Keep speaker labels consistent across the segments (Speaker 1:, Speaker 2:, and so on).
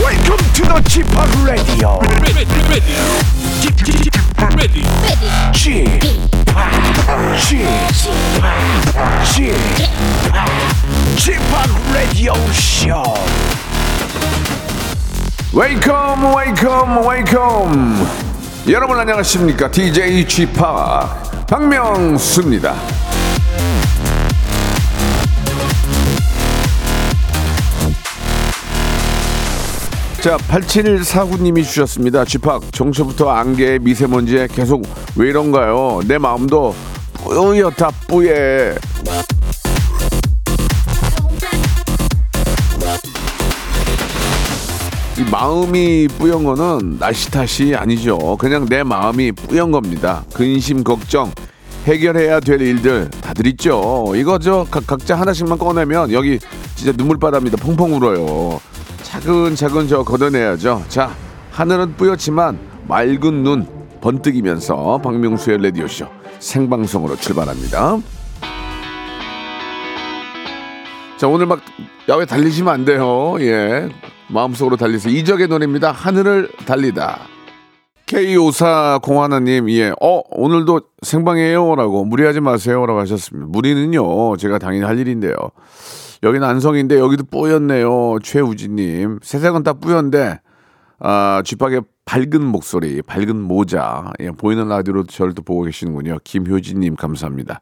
Speaker 1: Welcome to the g p o p Radio.
Speaker 2: ready, ready, ready, ready.
Speaker 1: g p o p G-POP, g p o p Radio Show.
Speaker 3: 웨이컴 웨이컴 웨이컴 여러분 안녕하십니까 DJ g p o p 박명수입니다 자 8749님이 주셨습니다 g p o p 정서부터 안개에 미세먼지에 계속 왜 이런가요 내 마음도 뿌옇다 뿌예 이 마음이 뿌연 거는 날씨 탓이 아니죠. 그냥 내 마음이 뿌연 겁니다. 근심, 걱정, 해결해야 될 일들 다들 있죠. 이거 저 각- 각자 하나씩만 꺼내면 여기 진짜 눈물바다입니다. 펑펑 울어요. 차근차근 저 걷어내야죠. 자, 하늘은 뿌옇지만 맑은 눈 번뜩이면서 박명수의 라디오쇼 생방송으로 출발합니다. 자 오늘 막 야외 달리시면 안 돼요. 예 마음속으로 달리세요. 이적의 노래입니다. 하늘을 달리다. K 5 4 0 하나님 예어 오늘도 생방이에요라고 무리하지 마세요라고 하셨습니다. 무리는요 제가 당연히 할 일인데요. 여기는 안성인데 여기도 뿌였네요. 최우진님 세상은 다 뿌연데 아, 쥐팍의 밝은 목소리, 밝은 모자. 예, 보이는 라디오로 저를 또 보고 계시는군요. 김효진님 감사합니다.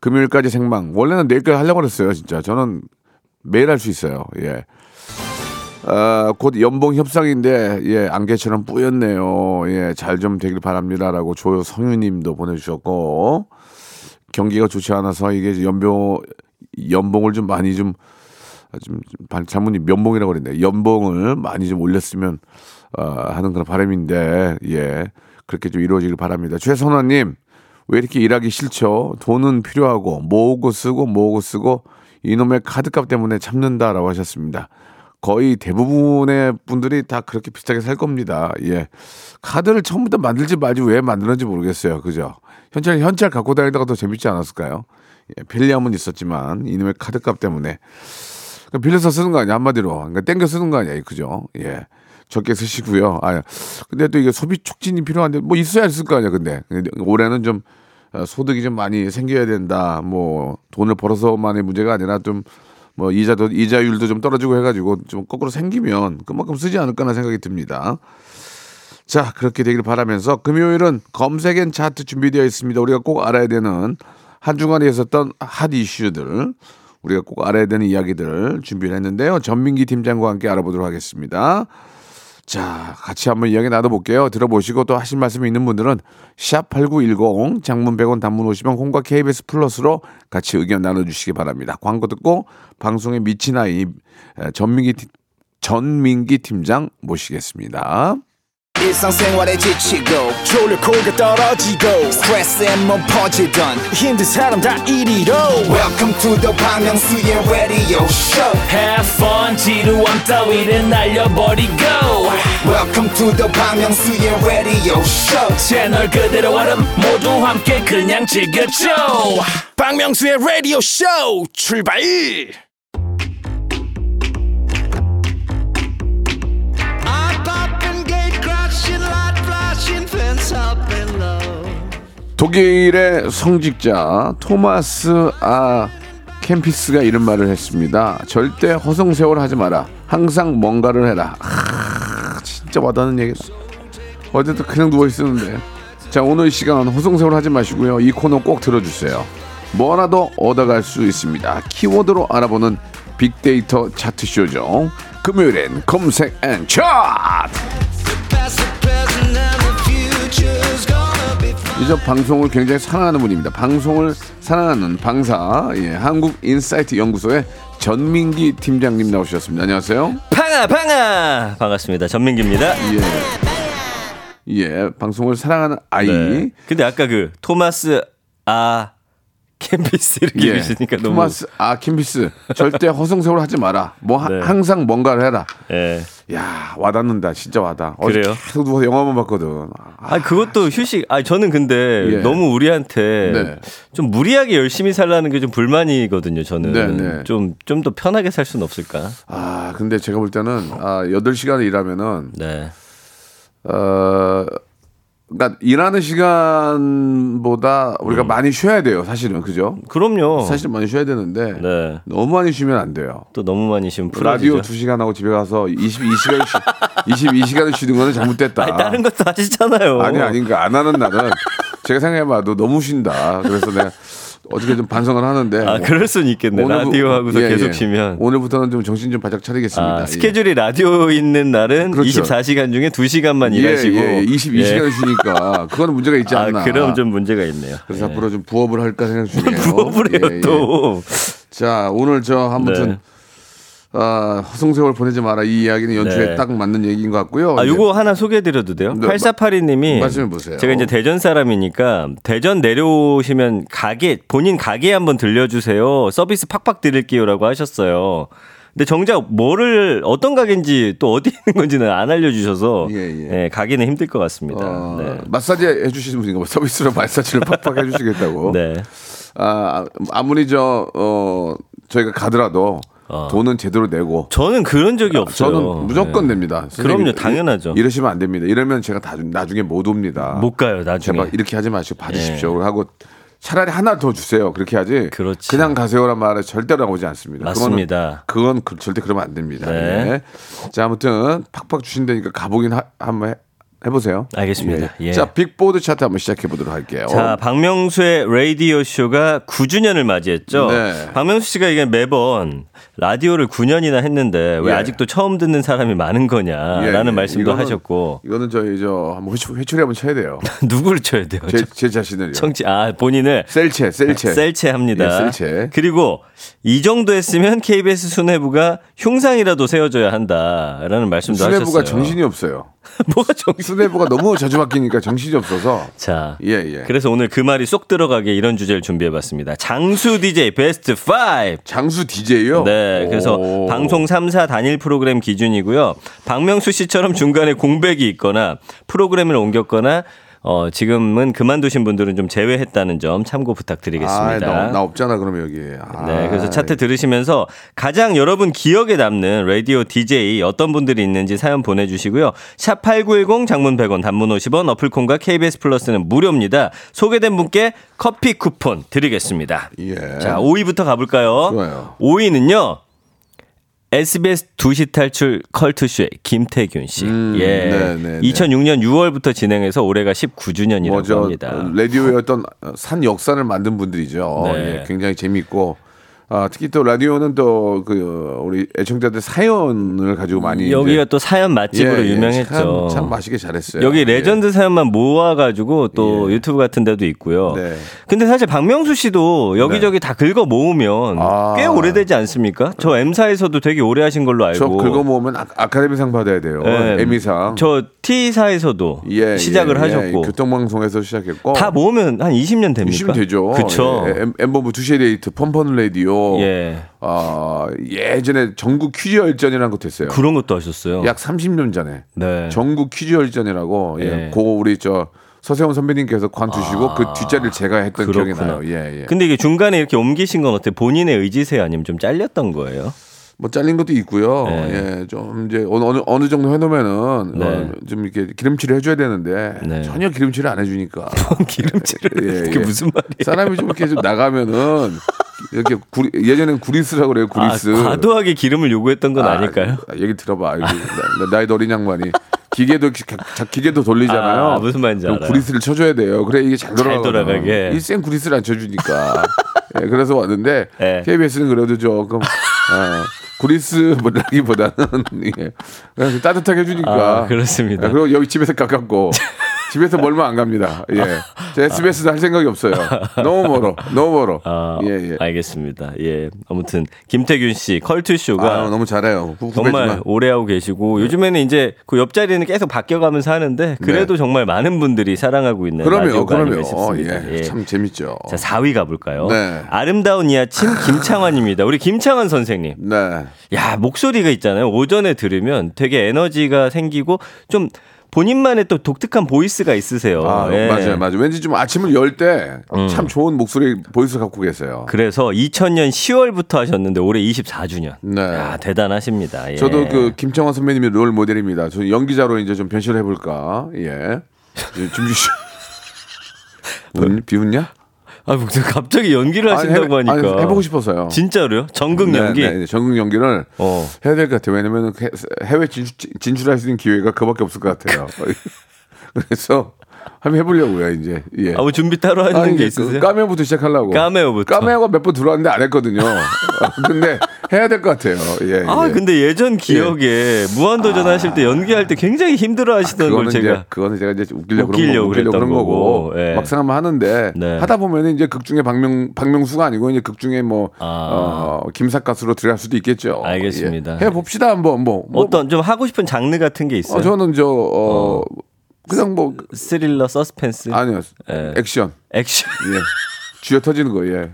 Speaker 3: 금요일까지 생방. 원래는 내일까지 하려고 그랬어요, 진짜. 저는 매일 할 수 있어요. 예. 아, 곧 연봉 협상인데 예, 안개처럼 뿌였네요. 예, 잘 좀 되길 바랍니다라고 조성유님도 보내주셨고 경기가 좋지 않아서 이게 연봉 연봉을 좀 많이 좀 아, 좀, 좀 반- 장모님 면봉이라고 그랬네. 연봉을 많이 좀 올렸으면 어, 하는 그런 바람인데 예 그렇게 좀 이루어지길 바랍니다. 최선화님 왜 이렇게 일하기 싫죠? 돈은 필요하고 모으고 쓰고 모으고 쓰고 이놈의 카드값 때문에 참는다라고 하셨습니다. 거의 대부분의 분들이 다 그렇게 비슷하게 살 겁니다. 예. 카드를 처음부터 만들지 말지 왜 만들었는지 모르겠어요. 그죠? 현찰, 현찰 갖고 다니다가 더 재밌지 않았을까요? 예, 편리함은 있었지만, 이놈의 카드값 때문에. 그러니까 빌려서 쓰는 거 아니야 한마디로 그러니까 땡겨 쓰는 거 아니야 그죠 예 적게 쓰시고요 아 근데 또 이게 소비 촉진이 필요한데 뭐 있어야 있을 거 아니야 근데 근데 올해는 좀 어, 소득이 좀 많이 생겨야 된다 뭐 돈을 벌어서만의 문제가 아니라 좀 뭐 이자도 이자율도 좀 떨어지고 해가지고 좀 거꾸로 생기면 그만큼 쓰지 않을까나 생각이 듭니다. 자 그렇게 되길 바라면서 금요일은 검색엔 차트 준비되어 있습니다. 우리가 꼭 알아야 되는 한 주간에 있었던 핫 이슈들 우리가 꼭 알아야 되는 이야기들 준비를 했는데요. 전민기 팀장과 함께 알아보도록 하겠습니다. 자, 같이 한번 이야기 나눠볼게요. 들어보시고 또 하실 말씀이 있는 분들은 샵8910 장문 100원 단문 50원 콩과 KBS 플러스로 같이 의견 나눠주시기 바랍니다. 광고 듣고 방송에 미친 아이 에, 전민기, 팀- 전민기 팀장 모시겠습니다.
Speaker 4: 일상생활에 지치고, 졸려 코가 떨어지고, 스트레스에 몸 퍼지던, 힘든 사람 다 이리로. welcome to the Bang Myung-soo's radio show
Speaker 2: Have fun, 지루한 따위를 날려버리고.
Speaker 4: welcome to the Bang Myung-soo's radio show
Speaker 2: 채널 그대로 얼음 모두 함께 그냥 즐겨줘.
Speaker 1: 박명수의 라디오 쇼 출발.
Speaker 3: 독일의 성직자 토마스 아 캠피스가 이런 말을 했습니다. 절대 허송세월 하지 마라. 항상 뭔가를 해라. 아, 진짜 와닿는 얘기였어. 어제도 그냥 누워 있었는데. 자 오늘 이 시간 허송세월 하지 마시고요. 이 코너 꼭 들어주세요. 뭐라도 얻어갈 수 있습니다. 키워드로 알아보는 빅데이터 차트 쇼죠. 금요일엔 검색 앤 차트. 이저 방송을 굉장히 사랑하는 분입니다. 방송을 사랑하는 방사, 예, 한국 인사이트 연구소의 전민기 팀장님 나오셨습니다. 안녕하세요.
Speaker 5: 팡아 팡아 반갑습니다 전민기입니다.
Speaker 3: 예, 예, 방송을 사랑하는 아이.
Speaker 5: 네. 근데 아까 그 토마스 아 캠피스 이렇게
Speaker 3: 예, 아,
Speaker 5: 계시니까 너무
Speaker 3: 토마스 아킴비스 절대 허송세월 하지 마라. 뭐 하-
Speaker 5: 네.
Speaker 3: 항상 뭔가를 해라.
Speaker 5: 예.
Speaker 3: 야 와닿는다 진짜 와닿. 어제
Speaker 5: 그래요?
Speaker 3: 계속 누워서 영화만 봤거든. 아,
Speaker 5: 아 그것도 휴식. 아 저는 근데
Speaker 3: 예.
Speaker 5: 너무 우리한테
Speaker 3: 네.
Speaker 5: 좀 무리하게 열심히 살라는 게 좀 불만이거든요.
Speaker 3: 네,
Speaker 5: 저는
Speaker 3: 네.
Speaker 5: 좀 좀 더 편하게 살 수는 없을까?
Speaker 3: 아, 근데 제가 볼 때는 아 8시간을 일하면은
Speaker 5: 네.
Speaker 3: 어 그러니까 일하는 시간보다
Speaker 5: 음.
Speaker 3: 우리가 많이 쉬어야 돼요, 사실은. 그죠?
Speaker 5: 그럼요.
Speaker 3: 사실 많이 쉬어야 되는데
Speaker 5: 네.
Speaker 3: 너무 많이 쉬면 안 돼요.
Speaker 5: 또 너무 많이 쉬면 풀어지죠.
Speaker 3: 라디오 2시간 하고 집에 가서 22시간 쉬, 22시간을 쉬는 거는 잘못됐다.
Speaker 5: 아니, 다른 것도 하시잖아요.
Speaker 3: 아니 아닌가 안 하는 날은 제가 생각해봐도 너무 쉰다. 그래서 내가 어떻게 좀 반성을 하는데 뭐
Speaker 5: 아, 그럴 순 있겠네.
Speaker 3: 오늘부-
Speaker 5: 라디오 하고서
Speaker 3: 예, 예.
Speaker 5: 계속 쉬면.
Speaker 3: 오늘부터는 좀 정신 좀 바짝 차리겠습니다. 예.
Speaker 5: 아, 스케줄이 라디오 있는 날은
Speaker 3: 그렇죠.
Speaker 5: 24시간 중에 2시간만
Speaker 3: 예.
Speaker 5: 일하시고
Speaker 3: 예, 예, 22시간
Speaker 5: 예.
Speaker 3: 쉬니까 그거는 문제가 있지
Speaker 5: 아,
Speaker 3: 않나.
Speaker 5: 그럼 좀 문제가 있네요.
Speaker 3: 그래서 앞으로 좀 부업을 할까 생각 중이에요.
Speaker 5: 부업을 해요
Speaker 3: 예, 예.
Speaker 5: 또.
Speaker 3: 자 오늘 저 아무튼
Speaker 5: 네.
Speaker 3: 아, 허송세월 보내지 마라 이 이야기는 연출에
Speaker 5: 네.
Speaker 3: 딱 맞는 얘기인 것 같고요.
Speaker 5: 아,
Speaker 3: 이제
Speaker 5: 요거 하나 소개해드려도 돼요?
Speaker 3: 어, 예. 네,
Speaker 5: 8482님이
Speaker 3: 말씀해 보세요.
Speaker 5: 제가 이제 대전 사람이니까 대전 내려오시면 가게 본인 가게 한번 들려주세요. 서비스 팍팍 드릴게요라고 하셨어요. 근데 정작 뭐를 어떤 가게인지 또 어디 있는 건지는 안 알려주셔서
Speaker 3: 예, 예.
Speaker 5: 예, 가기는 힘들 것 같습니다.
Speaker 3: 어,
Speaker 5: 네.
Speaker 3: 마사지 해주시는 분인가 봐. 서비스로 마사지를 팍팍 해주시겠다고.
Speaker 5: 네.
Speaker 3: 아, 아무리 저, 어, 저희가 가더라도 돈은 제대로 내고.
Speaker 5: 저는 그런 적이 어. 없어요.
Speaker 3: 아,
Speaker 5: 네.
Speaker 3: 저는 무조건 냅니다. 선생님,
Speaker 5: 그럼요, 당연하죠.
Speaker 3: 이러시면 안 됩니다. 이러면 제가 다- 나중에 못 옵니다.
Speaker 5: 네. 못 가요 나중에. 예.
Speaker 3: 제발 그러니까 이렇게 하지 마시고 받으십시오. 하고 차라리 하나 더 주세요. 그렇게 하지.
Speaker 5: 그렇지.
Speaker 3: 냥 가세요란 말에 절대로 나오지 않습니다.
Speaker 5: 그렇죠. 맞습니다.
Speaker 3: 그건, 그건 그- 절대 그러면 안 됩니다.
Speaker 5: 네.
Speaker 3: 예. 자, 아무튼 팍팍 주신다니까 가보긴 하- 한번 해, 보세요
Speaker 5: 알겠습니다. 예.
Speaker 3: 자, 빅보드 차트 한번 시작해 보도록 할게요.
Speaker 5: 자, 박명수의 라디오 쇼가 9주년을 맞이했죠.
Speaker 3: 네.
Speaker 5: 박명수 씨가 이게 매번 라디오를 9년이나 했는데 왜
Speaker 3: 예.
Speaker 5: 아직도 처음 듣는 사람이 많은
Speaker 3: 예,
Speaker 5: 거냐라는
Speaker 3: 예.
Speaker 5: 말씀도
Speaker 3: 이거는-
Speaker 5: 하셨고
Speaker 3: 이거는 저희 저 한번 회초, 회초리 한번 쳐야 돼요.
Speaker 5: 누구를 쳐야 돼요?
Speaker 3: 제, 제 자신을요.
Speaker 5: 청취 아 본인을
Speaker 3: 셀체, 셀체.
Speaker 5: 셀체 합니다.
Speaker 3: 예, 셀체.
Speaker 5: 그리고 이 정도 했으면 KBS 수뇌부가 흉상이라도 세워줘야 한다라는 말씀도
Speaker 3: 수뇌부가
Speaker 5: 하셨어요.
Speaker 3: 정신이 없어요.
Speaker 5: 뭐가 정신?
Speaker 3: 수뇌부가 너무 자주 바뀌니까 정신이 없어서.
Speaker 5: 자,
Speaker 3: 예, 예.
Speaker 5: 그래서 오늘 그 말이 쏙 들어가게 이런 주제를 준비해봤습니다. 장수 DJ 베스트 5.
Speaker 3: 장수 DJ요?
Speaker 5: 네, 그래서
Speaker 3: 오.
Speaker 5: 방송 3사 단일 프로그램 기준이고요. 박명수 씨처럼 중간에 공백이 있거나 프로그램을 옮겼거나 어, 지금은 그만두신 분들은 좀 제외했다는 점 참고
Speaker 3: 아,
Speaker 5: 부탁드리겠습니다.
Speaker 3: 나, 나 없잖아, 그러면 여기. 아,
Speaker 5: 네, 그래서 차트 들으시면서 가장 여러분 기억에 남는 라디오 DJ 어떤 분들이 있는지 사연 보내주시고요. 샵 8910 장문 100원 단문 50원 어플콘과 KBS 플러스는 무료입니다. 소개된 분께 커피 쿠폰 드리겠습니다.
Speaker 3: 예.
Speaker 5: 자, 5위부터 가볼까요?
Speaker 3: 좋아요.
Speaker 5: 5위는요. SBS 2시 탈출 컬투쇼의 김태균 씨. 예.
Speaker 3: 네, 네, 네.
Speaker 5: 2006년 6월부터 진행해서 올해가 19주년이라고
Speaker 3: 뭐저
Speaker 5: 합니다.
Speaker 3: 라디오의 어떤 산 역사를 만든 분들이죠.
Speaker 5: 네.
Speaker 3: 예, 굉장히 재미있고 아, 특히 또 라디오는 또 그 우리 애청자들 사연을 가지고 많이
Speaker 5: 여기가
Speaker 3: 이제-
Speaker 5: 또 사연 맛집으로
Speaker 3: 예, 예, 참,
Speaker 5: 유명했죠.
Speaker 3: 참 맛있게 잘했어요.
Speaker 5: 여기
Speaker 3: 예.
Speaker 5: 레전드 사연만 모아가지고 또
Speaker 3: 예.
Speaker 5: 유튜브 같은 데도 있고요.
Speaker 3: 네.
Speaker 5: 근데 사실 박명수 씨도 여기저기 다 긁어 모으면
Speaker 3: 아.
Speaker 5: 꽤 오래되지 않습니까? 저 M사에서도 되게 오래 하신 걸로 알고.
Speaker 3: 저 긁어 모으면 아, 아카데미상 받아야 돼요.
Speaker 5: 예.
Speaker 3: 에미상.
Speaker 5: 저 T사에서도
Speaker 3: 예,
Speaker 5: 시작을
Speaker 3: 예, 예.
Speaker 5: 하셨고.
Speaker 3: 교통방송에서 시작했고
Speaker 5: 다 모으면 한 20년 됩니까?
Speaker 3: 주시면 되죠.
Speaker 5: 그쵸.
Speaker 3: 예, 엠- 엠버브 투쉐데이트 펌펀 레디오.
Speaker 5: 예.
Speaker 3: 아, 예전에 전국 퀴즈 열전이라는 것도 했어요.
Speaker 5: 그런 것도 하셨어요.
Speaker 3: 약 30년 전에
Speaker 5: 네.
Speaker 3: 전국 퀴즈 열전이라고 예.
Speaker 5: 예. 아,
Speaker 3: 그 우리 저 서세원 선배님께서 관두시고 그 뒷자리를 제가 했던 기억이
Speaker 5: 그렇구나.
Speaker 3: 나요. 예, 예.
Speaker 5: 근데 이게 중간에 이렇게 옮기신 건 어때? 요 본인의 의지세요? 아니면 좀 잘렸던 거예요?
Speaker 3: 뭐 잘린 것도 있고요.
Speaker 5: 네.
Speaker 3: 예, 좀 이제 어느 어느, 어느 정도 해놓으면은
Speaker 5: 네.
Speaker 3: 어, 좀 이렇게 기름칠을 해줘야 되는데
Speaker 5: 네.
Speaker 3: 전혀 기름칠을 안 해주니까
Speaker 5: 기름칠을.
Speaker 3: 예,
Speaker 5: 그게
Speaker 3: 예.
Speaker 5: 무슨 말이에요?
Speaker 3: 사람이 좀 이렇게 좀 나가면은 이렇게 구리, 예전엔 구리스라고 그래요. 구리스.
Speaker 5: 아, 과도하게 기름을 요구했던 건 아, 닐까요
Speaker 3: 아, 얘기 들어봐. 여기 나, 나이 어린 양반이 기계도 기- 자, 기계도 돌리잖아요.
Speaker 5: 아, 무슨 말인지
Speaker 3: 그럼
Speaker 5: 알아요.
Speaker 3: 구리스를 쳐줘야 돼요. 그래 이게 잘 돌아가.
Speaker 5: 돌아가게.
Speaker 3: 일생 구리스를 안 쳐주니까. 예, 그래서 왔는데
Speaker 5: 예.
Speaker 3: KBS는 그래도 조금 어, 구리스라기보다는 예, 그냥 따뜻하게 해주니까.
Speaker 5: 아, 그렇습니다.
Speaker 3: 예, 그리고 여기 집에서 가깝고 집에서 멀면 안 갑니다. 예. 저 SBS도 할 생각이 없어요. 너무 멀어. 너무 멀어.
Speaker 5: 아,
Speaker 3: 예, 예.
Speaker 5: 알겠습니다. 예. 아무튼 김태균 씨 컬투 쇼가
Speaker 3: 아, 너무 잘해요. 구-
Speaker 5: 정말
Speaker 3: 구배지만. 네.
Speaker 5: 오래 하고 계시고 요즘에는 이제 그 옆자리는 계속 바뀌어가면서 하는데 그래도 정말 많은 분들이 사랑하고 있는
Speaker 3: 그럼요,
Speaker 5: 네, 라디오가
Speaker 3: 그럼요.
Speaker 5: 아닌가
Speaker 3: 어,
Speaker 5: 싶습니다.
Speaker 3: 예.
Speaker 5: 예.
Speaker 3: 참 재밌죠.
Speaker 5: 자, 4위 가볼까요?
Speaker 3: 네.
Speaker 5: 아름다운 이 아침 김창환입니다. 우리 김창환 선생님.
Speaker 3: 네.
Speaker 5: 야, 목소리가 있잖아요. 오전에 들으면 되게 에너지가 생기고 좀 본인만의 또 독특한 보이스가 있으세요.
Speaker 3: 아,
Speaker 5: 예. 음.
Speaker 3: 맞아요, 맞아요. 왠지 좀 아침을 열 때 참 좋은 목소리 보이스 갖고 계세요.
Speaker 5: 그래서 2000년 10월부터 하셨는데 올해 24주년.
Speaker 3: 네.
Speaker 5: 야, 대단하십니다. 예.
Speaker 3: 저도 그 김창완 선배님의 롤 모델입니다. 저는 연기자로 이제 좀 변신을 해볼까. 예. 이제 준비 씨. 운, 비웃냐?
Speaker 5: 아, 무슨 갑자기 연기를 하신다고
Speaker 3: 아니, 해-
Speaker 5: 하니까.
Speaker 3: 아니, 해보고 싶어서요.
Speaker 5: 진짜로요? 전극
Speaker 3: 네,
Speaker 5: 연기?
Speaker 3: 네, 네. 전국 연기를
Speaker 5: 어.
Speaker 3: 해야 될 것 같아요. 왜냐면 해- 해외 진출, 진출할 수 있는 기회가 그밖에 없을 것 같아요. 그래서 한번 해보려고요, 이제. 예.
Speaker 5: 아, 뭐 준비 따로 하는
Speaker 3: 아니,
Speaker 5: 게
Speaker 3: 그
Speaker 5: 있으세요?
Speaker 3: 까메오부터 시작하려고.
Speaker 5: 까메오부터.
Speaker 3: 까메오가 몇 번 들어왔는데 안 했거든요. 어, 근데 해야 될 것 같아요. 예.
Speaker 5: 아,
Speaker 3: 예.
Speaker 5: 근데 예전 기억에 무한도전 하실 때 연기할 때 굉장히 힘들어 하시던 걸
Speaker 3: 그거는
Speaker 5: 제가
Speaker 3: 이제 그거는 제가 이제 웃기려고,
Speaker 5: 웃기려고
Speaker 3: 그런 거고,
Speaker 5: 그랬던
Speaker 3: 웃기려고 그런 거고,
Speaker 5: 거고, 예.
Speaker 3: 막상 한번 하는데
Speaker 5: 네.
Speaker 3: 하다 보면 은 이제 극 중에 박명 박명수가 아니고 이제 극 중에 뭐 어, 김삿갓으로 들어갈 수도 있겠죠.
Speaker 5: 아.
Speaker 3: 예.
Speaker 5: 알겠습니다.
Speaker 3: 해 봅시다 한번 뭐, 뭐
Speaker 5: 어떤 좀 하고 싶은 장르 같은 게 있어요?
Speaker 3: 어, 저는 저 어, 그냥 뭐
Speaker 5: 스릴러, 서스펜스,
Speaker 3: 아니요
Speaker 5: 예.
Speaker 3: 액션
Speaker 5: 액션.
Speaker 3: 예. 쥐어 터지는 거 예.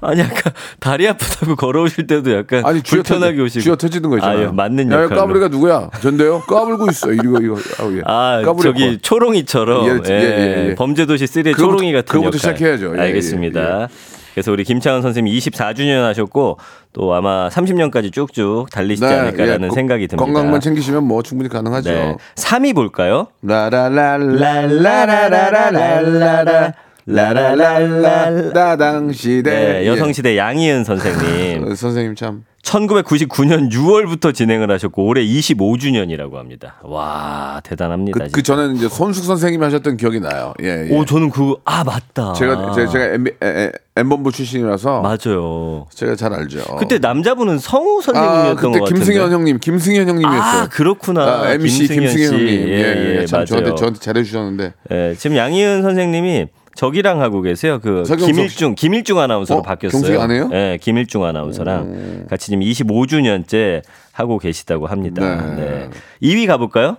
Speaker 5: 아니 아까 다리 아프다고 걸어오실 때도 약간
Speaker 3: 아니 쥐어
Speaker 5: 불편하게
Speaker 3: 터지-
Speaker 5: 오시고
Speaker 3: 쥐어 터지는 거 있잖아요.
Speaker 5: 아유, 예, 맞는
Speaker 3: 야,
Speaker 5: 역할로.
Speaker 3: 야, 까불이가 누구야? 전데요? 까불고 있어. 이거 이거. 아우, 예.
Speaker 5: 아,
Speaker 3: 까불이
Speaker 5: 저기 초롱이처럼
Speaker 3: 예, 예, 예, 예.
Speaker 5: 범죄도시 3의
Speaker 3: 그거부터-
Speaker 5: 초롱이 같은
Speaker 3: 그거부터
Speaker 5: 역할.
Speaker 3: 시작해야죠. 예,
Speaker 5: 알겠습니다.
Speaker 3: 예,
Speaker 5: 그래서 우리 김창훈 선생님이 24주년 하셨고 또 아마 30년까지 쭉쭉 달리시지 않을까라는
Speaker 3: 네, 예, 거-
Speaker 5: 생각이 듭니다.
Speaker 3: 건강만 챙기시면 뭐 충분히 가능하죠.
Speaker 5: 네. 3위 볼까요?
Speaker 3: 라라라라라라라라라 라라라라 당시대
Speaker 5: 네, 여성시대 양희은 선생님.
Speaker 3: 예. 선생님 참
Speaker 5: 1999년 6월부터 진행을 하셨고 올해 25주년이라고 합니다. 와,
Speaker 3: 그,
Speaker 5: 대단합니다.
Speaker 3: 그
Speaker 5: 진짜.
Speaker 3: 전에는 이제 손숙 선생님이 하셨던 기억이 나요. 예, 예.
Speaker 5: 오, 저는 그 아, 맞다.
Speaker 3: 제가 제가, 제가 엠, 에, 엠, 본부 출신이라서
Speaker 5: 맞아요.
Speaker 3: 제가 잘 알죠.
Speaker 5: 그때 남자분은 성우
Speaker 3: 어. 아
Speaker 5: 선생님이었던
Speaker 3: 그때
Speaker 5: 것 같은데.
Speaker 3: 김승현 형님, 김승현 형님이었어요.
Speaker 5: 아, 그렇구나.
Speaker 3: 아, MC
Speaker 5: 김승현
Speaker 3: 김승현,
Speaker 5: 씨.
Speaker 3: 형님. 예, 예,
Speaker 5: 예,
Speaker 3: 참 저한테
Speaker 5: 맞아요.
Speaker 3: 저한테 잘해 주셨는데.
Speaker 5: 예, 지금 양희은 선생님이 저기랑 하고 계세요. 그
Speaker 3: 서경석
Speaker 5: 김일중 김일중 아나운서로
Speaker 3: 어?
Speaker 5: 바뀌었어요.
Speaker 3: 경숙이 안 해요? 음.
Speaker 5: 예, 김일중 아나운서랑 같이 지금 25주년째 하고 계시다고 합니다. 네.
Speaker 3: 네.
Speaker 5: 2위 가볼까요?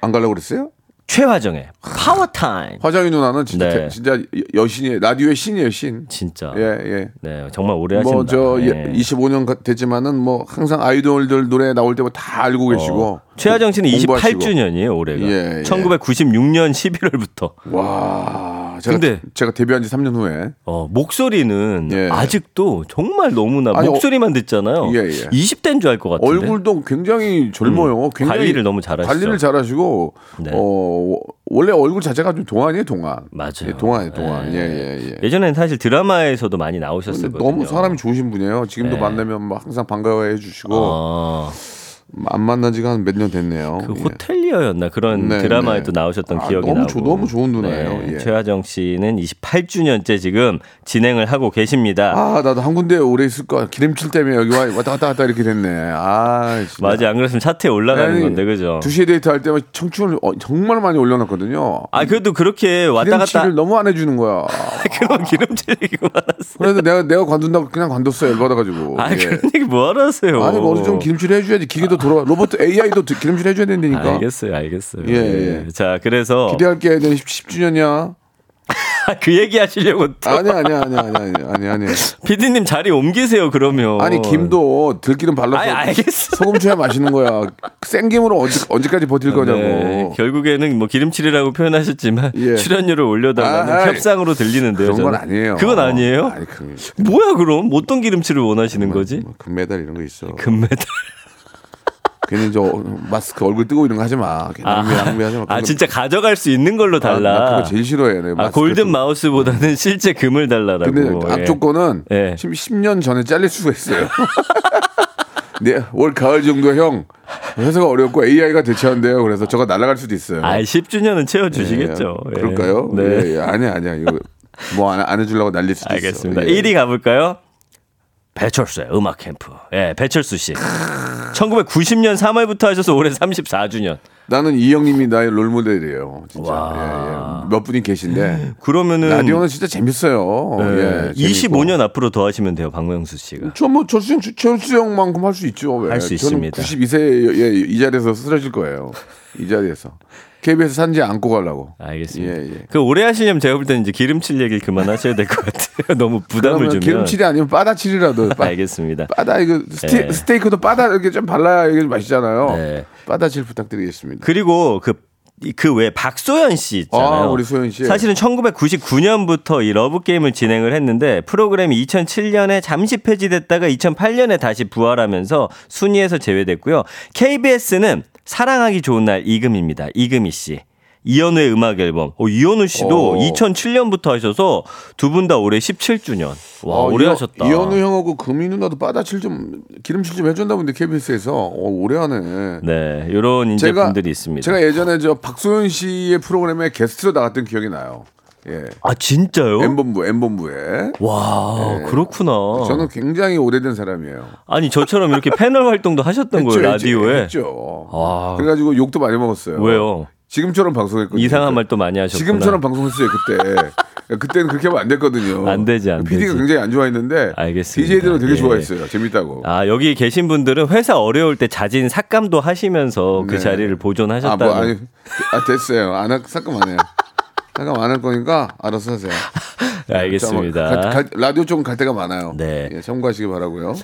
Speaker 3: 안 가려고 그랬어요?
Speaker 5: 최화정의
Speaker 3: 아.
Speaker 5: 파워 타임.
Speaker 3: 화장이 누나는 진짜
Speaker 5: 네.
Speaker 3: 진짜 여신이에요. 라디오의 신이에요, 신.
Speaker 5: 진짜.
Speaker 3: 예, 예.
Speaker 5: 네, 정말 오래 하신다.
Speaker 3: 뭐 저
Speaker 5: 예.
Speaker 3: 25년 됐지만은 뭐 항상 아이돌들 노래 나올 때마다 다 알고 계시고
Speaker 5: 어. 최하정 씨는
Speaker 3: 공부하시고.
Speaker 5: 28주년이에요, 올해가.
Speaker 3: 예, 예.
Speaker 5: 1996년 11월부터.
Speaker 3: 와 제가
Speaker 5: 근데-
Speaker 3: 제가 데뷔한 지 3년 후에
Speaker 5: 어, 목소리는
Speaker 3: 예.
Speaker 5: 아직도 정말 너무나
Speaker 3: 아니, 어,
Speaker 5: 목소리만 듣잖아요.
Speaker 3: 예, 예.
Speaker 5: 20대인 줄 알 것 같은데.
Speaker 3: 얼굴도 굉장히 젊어요. 굉장히
Speaker 5: 음, 관리를 너무 잘하시죠.
Speaker 3: 관리를 잘하시고
Speaker 5: 네.
Speaker 3: 어 원래 얼굴 자체가 좀 동안이에요, 동안.
Speaker 5: 맞아요.
Speaker 3: 예, 동안이에요, 동안.
Speaker 5: 예.
Speaker 3: 예, 예, 예.
Speaker 5: 예전에는 사실 드라마에서도 많이
Speaker 3: 근데
Speaker 5: 나오셨었거든요. 네.
Speaker 3: 너무 사람이 좋으신 분이에요. 지금도 만나면 막 항상 반가워해 주시고
Speaker 5: 어,
Speaker 3: 예. 안 만난 지가 한 몇 년 됐네요.
Speaker 5: 그
Speaker 3: 예.
Speaker 5: 호텔리어였나 그런
Speaker 3: 네,
Speaker 5: 드라마에도
Speaker 3: 네.
Speaker 5: 나오셨던
Speaker 3: 아,
Speaker 5: 기억이
Speaker 3: 너무
Speaker 5: 나고. 네,
Speaker 3: 조- 너무 좋은 누나예요. 예.
Speaker 5: 최하정 씨는 28주년째 지금 진행을 하고 계십니다.
Speaker 3: 아, 나도 한 군데 오래 있을 거야. 기름칠 때문에 여기 와- 왔다 갔다 갔다 이렇게 됐네. 아, 진짜.
Speaker 5: 맞아. 안 그랬으면 차트에 올라가는
Speaker 3: 아니,
Speaker 5: 건데 그죠?
Speaker 3: 두시에 데이트할 때만 청춘을 어, 정말 많이 올려놨거든요.
Speaker 5: 아, 그래도 그렇게 왔다 갔다 아,
Speaker 3: 기름칠을 너무 안 해주는 거야.
Speaker 5: 그런 기름칠 얘기가 많았어.
Speaker 3: 그래서 내가 내가 관둔다고 그냥 관뒀어요. 열받아가지고.
Speaker 5: 아,
Speaker 3: 예.
Speaker 5: 그런 얘기 뭐하러 하세요?
Speaker 3: 아니 뭐 어느 정도 기름칠 해줘야지. 기계도 돌아. 로봇 AI도 기름칠 해줘야 된다니까.
Speaker 5: 알겠어요, 알겠어요.
Speaker 3: 예, 예.
Speaker 5: 자, 그래서
Speaker 3: 기대할 게 아니라 10, 10주년이야.
Speaker 5: 그 얘기 하시려고 또
Speaker 3: 아니야, 아니야, 아니야, 아니야, 아니야, 아니야.
Speaker 5: 피디님 자리 옮기세요, 그러면.
Speaker 3: 아니 뭐. 김도 들기름
Speaker 5: 어. 아니,
Speaker 3: 발라서
Speaker 5: 알겠어.
Speaker 3: 소금초야 마시는 거야. 생김으로 언제, 언제까지 버틸 거냐고.
Speaker 5: 네, 결국에는 뭐 기름칠이라고 표현하셨지만
Speaker 3: 예.
Speaker 5: 출연료를 올려달라는
Speaker 3: 아이,
Speaker 5: 협상으로 들리는데요.
Speaker 3: 그런 건
Speaker 5: 저는.
Speaker 3: 아니에요.
Speaker 5: 그건 아니에요?
Speaker 3: 아니, 그,
Speaker 5: 뭐야 그럼? 어떤 기름칠을 원하시는 거지?
Speaker 3: 뭐 금메달 이런 거 있어.
Speaker 5: 금메달.
Speaker 3: 괜히 저 마스크 얼굴 뜨고 이런 거 하지 마. 괜히
Speaker 5: 아,
Speaker 3: 낭비, 낭비하지 마.
Speaker 5: 아,
Speaker 3: 그거-
Speaker 5: 진짜 가져갈 수 있는 걸로
Speaker 3: 아, 나
Speaker 5: 달라.
Speaker 3: 그거 제일 싫어해. 내가
Speaker 5: 아,
Speaker 3: 마스크
Speaker 5: 골든
Speaker 3: 좀-
Speaker 5: 마우스보다는 실제 금을 달라라고.
Speaker 3: 근데
Speaker 5: 예.
Speaker 3: 앞쪽 거는
Speaker 5: 예.
Speaker 3: 지금 10년 전에 잘릴 수가 있어요. 네, 올 가을 정도 형 회사가 어렵고 AI가 대체한대요. 그래서 저거 날아갈 수도 있어요.
Speaker 5: 아, 10주년은
Speaker 3: 예,
Speaker 5: 채워주시겠죠. 예.
Speaker 3: 그럴까요?
Speaker 5: 네.
Speaker 3: 예, 예. 아니야, 아니야. 이거 뭐 안 해주려고 날릴 수도 예.
Speaker 5: 알겠습니다.
Speaker 3: 있어.
Speaker 5: 1위 가볼까요? 예. 배철수의 음악 캠프. 예, 배철수 씨. 1990년 3월부터 하셔서 올해 34주년.
Speaker 3: 나는 이 형님이 나의 롤모델이에요. 진짜. 예, 예. 몇 분이
Speaker 5: 음.
Speaker 3: 계신데.
Speaker 5: 그러면은
Speaker 3: 라디오는 진짜 재밌어요.
Speaker 5: 네,
Speaker 3: 예, 재밌고.
Speaker 5: 25년 앞으로 더 하시면 돼요, 박명수 씨가.
Speaker 3: 저뭐 저수영 최현수 형만큼 할 수 있죠. 왜?
Speaker 5: 할수
Speaker 3: 저는
Speaker 5: 있습니다.
Speaker 3: 92세 예, 이 자리에서 쓰러질 거예요. 이 자리에서 KBS 산지 안고 가려고.
Speaker 5: 알겠습니다.
Speaker 3: 예, 예.
Speaker 5: 그 오래 하시려면 제가 볼 때는 이제 기름칠 얘기 그만하셔야 될 것 같아요. 너무 부담을
Speaker 3: 그러면
Speaker 5: 주면.
Speaker 3: 기름칠이 아니면 빠다칠이라도 빠,
Speaker 5: 알겠습니다.
Speaker 3: 빠다 이거 스테,
Speaker 5: 예.
Speaker 3: 스테이크도 빠다 이렇게 좀 발라야 이게 맛있잖아요.
Speaker 5: 네.
Speaker 3: 빠다칠 부탁드리겠습니다.
Speaker 5: 그리고 그그왜 박소연 씨 있잖아요.
Speaker 3: 아, 우리 소연 씨.
Speaker 5: 사실은 1999년부터 이 러브 게임을 진행을 했는데 프로그램이 2007년에 잠시 폐지됐다가 2008년에 다시 부활하면서 순위에서 제외됐고요. KBS는 사랑하기 좋은 날 이금입니다. 이금희 씨. 이현우의 음악 앨범. 어, 이현우 씨도
Speaker 3: 오.
Speaker 5: 2007년부터 하셔서 두 분 다 올해 17주년. 와,
Speaker 3: 어,
Speaker 5: 오래
Speaker 3: 이현-
Speaker 5: 하셨다.
Speaker 3: 이현우 형하고 금희 누나도 빠다칠 좀 기름칠 좀 해준다는데 KBS에서 어, 오래 하네.
Speaker 5: 네, 요런 인재 분들이 있습니다.
Speaker 3: 제가 예전에 저 박소연 씨의 프로그램에 게스트로 나갔던 기억이 나요. 예.
Speaker 5: 아, 진짜요?
Speaker 3: M본부, M본부에.
Speaker 5: 와, 그렇구나.
Speaker 3: 네. 저는 굉장히 오래된 사람이에요.
Speaker 5: 아니 저처럼 이렇게 패널 활동도 하셨던 거예요
Speaker 3: 했죠,
Speaker 5: 라디오에
Speaker 3: 했죠.
Speaker 5: 아.
Speaker 3: 그래가지고 욕도 많이 먹었어요.
Speaker 5: 왜요
Speaker 3: 지금처럼 방송했거든요.
Speaker 5: 이상한
Speaker 3: 그때.
Speaker 5: 말 또 많이 하셨구나
Speaker 3: 지금처럼 방송했어요 그때. 그때는 그렇게 하면 안 됐거든요.
Speaker 5: 안 되지, 안
Speaker 3: PD가
Speaker 5: 되지.
Speaker 3: 굉장히 안 좋아했는데
Speaker 5: 알겠습니다.
Speaker 3: DJ들은 되게
Speaker 5: 예.
Speaker 3: 좋아했어요. 재밌다고.
Speaker 5: 아 여기 계신 분들은 회사 어려울 때 자진 삭감도 하시면서 그
Speaker 3: 네.
Speaker 5: 자리를
Speaker 3: 아,
Speaker 5: 보존하셨다고
Speaker 3: 뭐, 아니, 아, 됐어요. 안 할, 삭감 안 해요. 삭감 안 할 거니까 알아서 하세요.
Speaker 5: 알겠습니다
Speaker 3: 자, 뭐, 가- 가- 라디오 쪽은 갈 데가 많아요.
Speaker 5: 네.
Speaker 3: 예, 참고하시기 바라고요.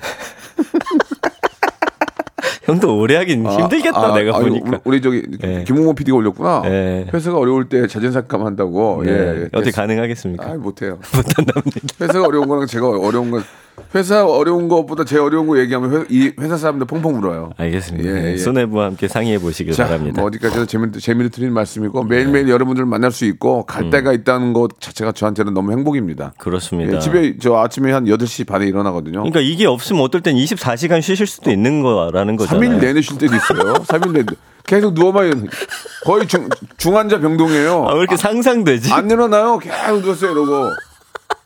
Speaker 5: 형도 오래 하긴 힘들겠다
Speaker 3: 아,
Speaker 5: 내가
Speaker 3: 아유,
Speaker 5: 보니까
Speaker 3: 우리, 우리 저기
Speaker 5: 예.
Speaker 3: 김홍호 PD가 올렸구나.
Speaker 5: 예.
Speaker 3: 회사가 어려울 때 자진삭감 한다고.
Speaker 5: 네.
Speaker 3: 예, 예.
Speaker 5: 어떻게 가능하겠습니까
Speaker 3: 아, 못해요. 회사가 어려운 거랑 제가 어려운 건 회사 어려운 것보다 제 어려운 거 얘기하면 회, 이 회사 사람들 펑펑 울어요.
Speaker 5: 알겠습니다
Speaker 3: 예, 예.
Speaker 5: 손해부와 함께 상의해 보시길
Speaker 3: 자,
Speaker 5: 바랍니다 네.
Speaker 3: 뭐 어디까지나 재미, 재미를 드리는 말씀이고 매일매일 여러분들을 만날 수 있고 갈 데가 있다는 것 자체가 저한테는 너무 행복입니다.
Speaker 5: 음. 그렇습니다
Speaker 3: 예, 집에 저 아침에 한 8시 반에 일어나거든요.
Speaker 5: 그러니까 이게 없으면 어떨 땐 24시간 쉬실 수도 있는 거라는 거잖아요
Speaker 3: 3일 내내 쉴 때도 있어요. 3일 내내 계속 누워만 거의 중, 중환자 병동이에요.
Speaker 5: 아, 왜 이렇게 상상되지
Speaker 3: 안 일어나요. 계속 누웠어요 이러고.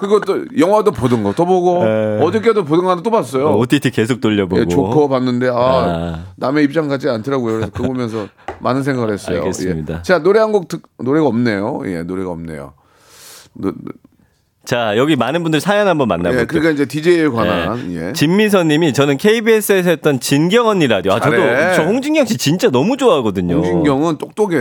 Speaker 3: 그리고 또 영화도 보던 거 또 보고
Speaker 5: 네.
Speaker 3: 어저께도 보던 거 하나 또 봤어요.
Speaker 5: OTT 계속 돌려보고
Speaker 3: 예, 조커 봤는데 아,
Speaker 5: 아.
Speaker 3: 남의 입장 같지 않더라고요. 그래서 그거 보면서 많은 생각을 했어요.
Speaker 5: 알겠습니다.
Speaker 3: 예. 자 노래 한 곡 노래가 없네요. 예 노래가 없네요. 노-
Speaker 5: 자 여기 많은 분들 사연 네, 한번
Speaker 3: 예,
Speaker 5: 만나볼게요.
Speaker 3: 그러니까 이제 DJ에 관한
Speaker 5: 네.
Speaker 3: 예.
Speaker 5: 진미선님이 저는 KBS에서 했던 진경 언니 라디오. 아 저도
Speaker 3: 잘해.
Speaker 5: 저 홍진경 씨 진짜 너무 좋아하거든요. 예.
Speaker 3: 홍진경은 똑똑해.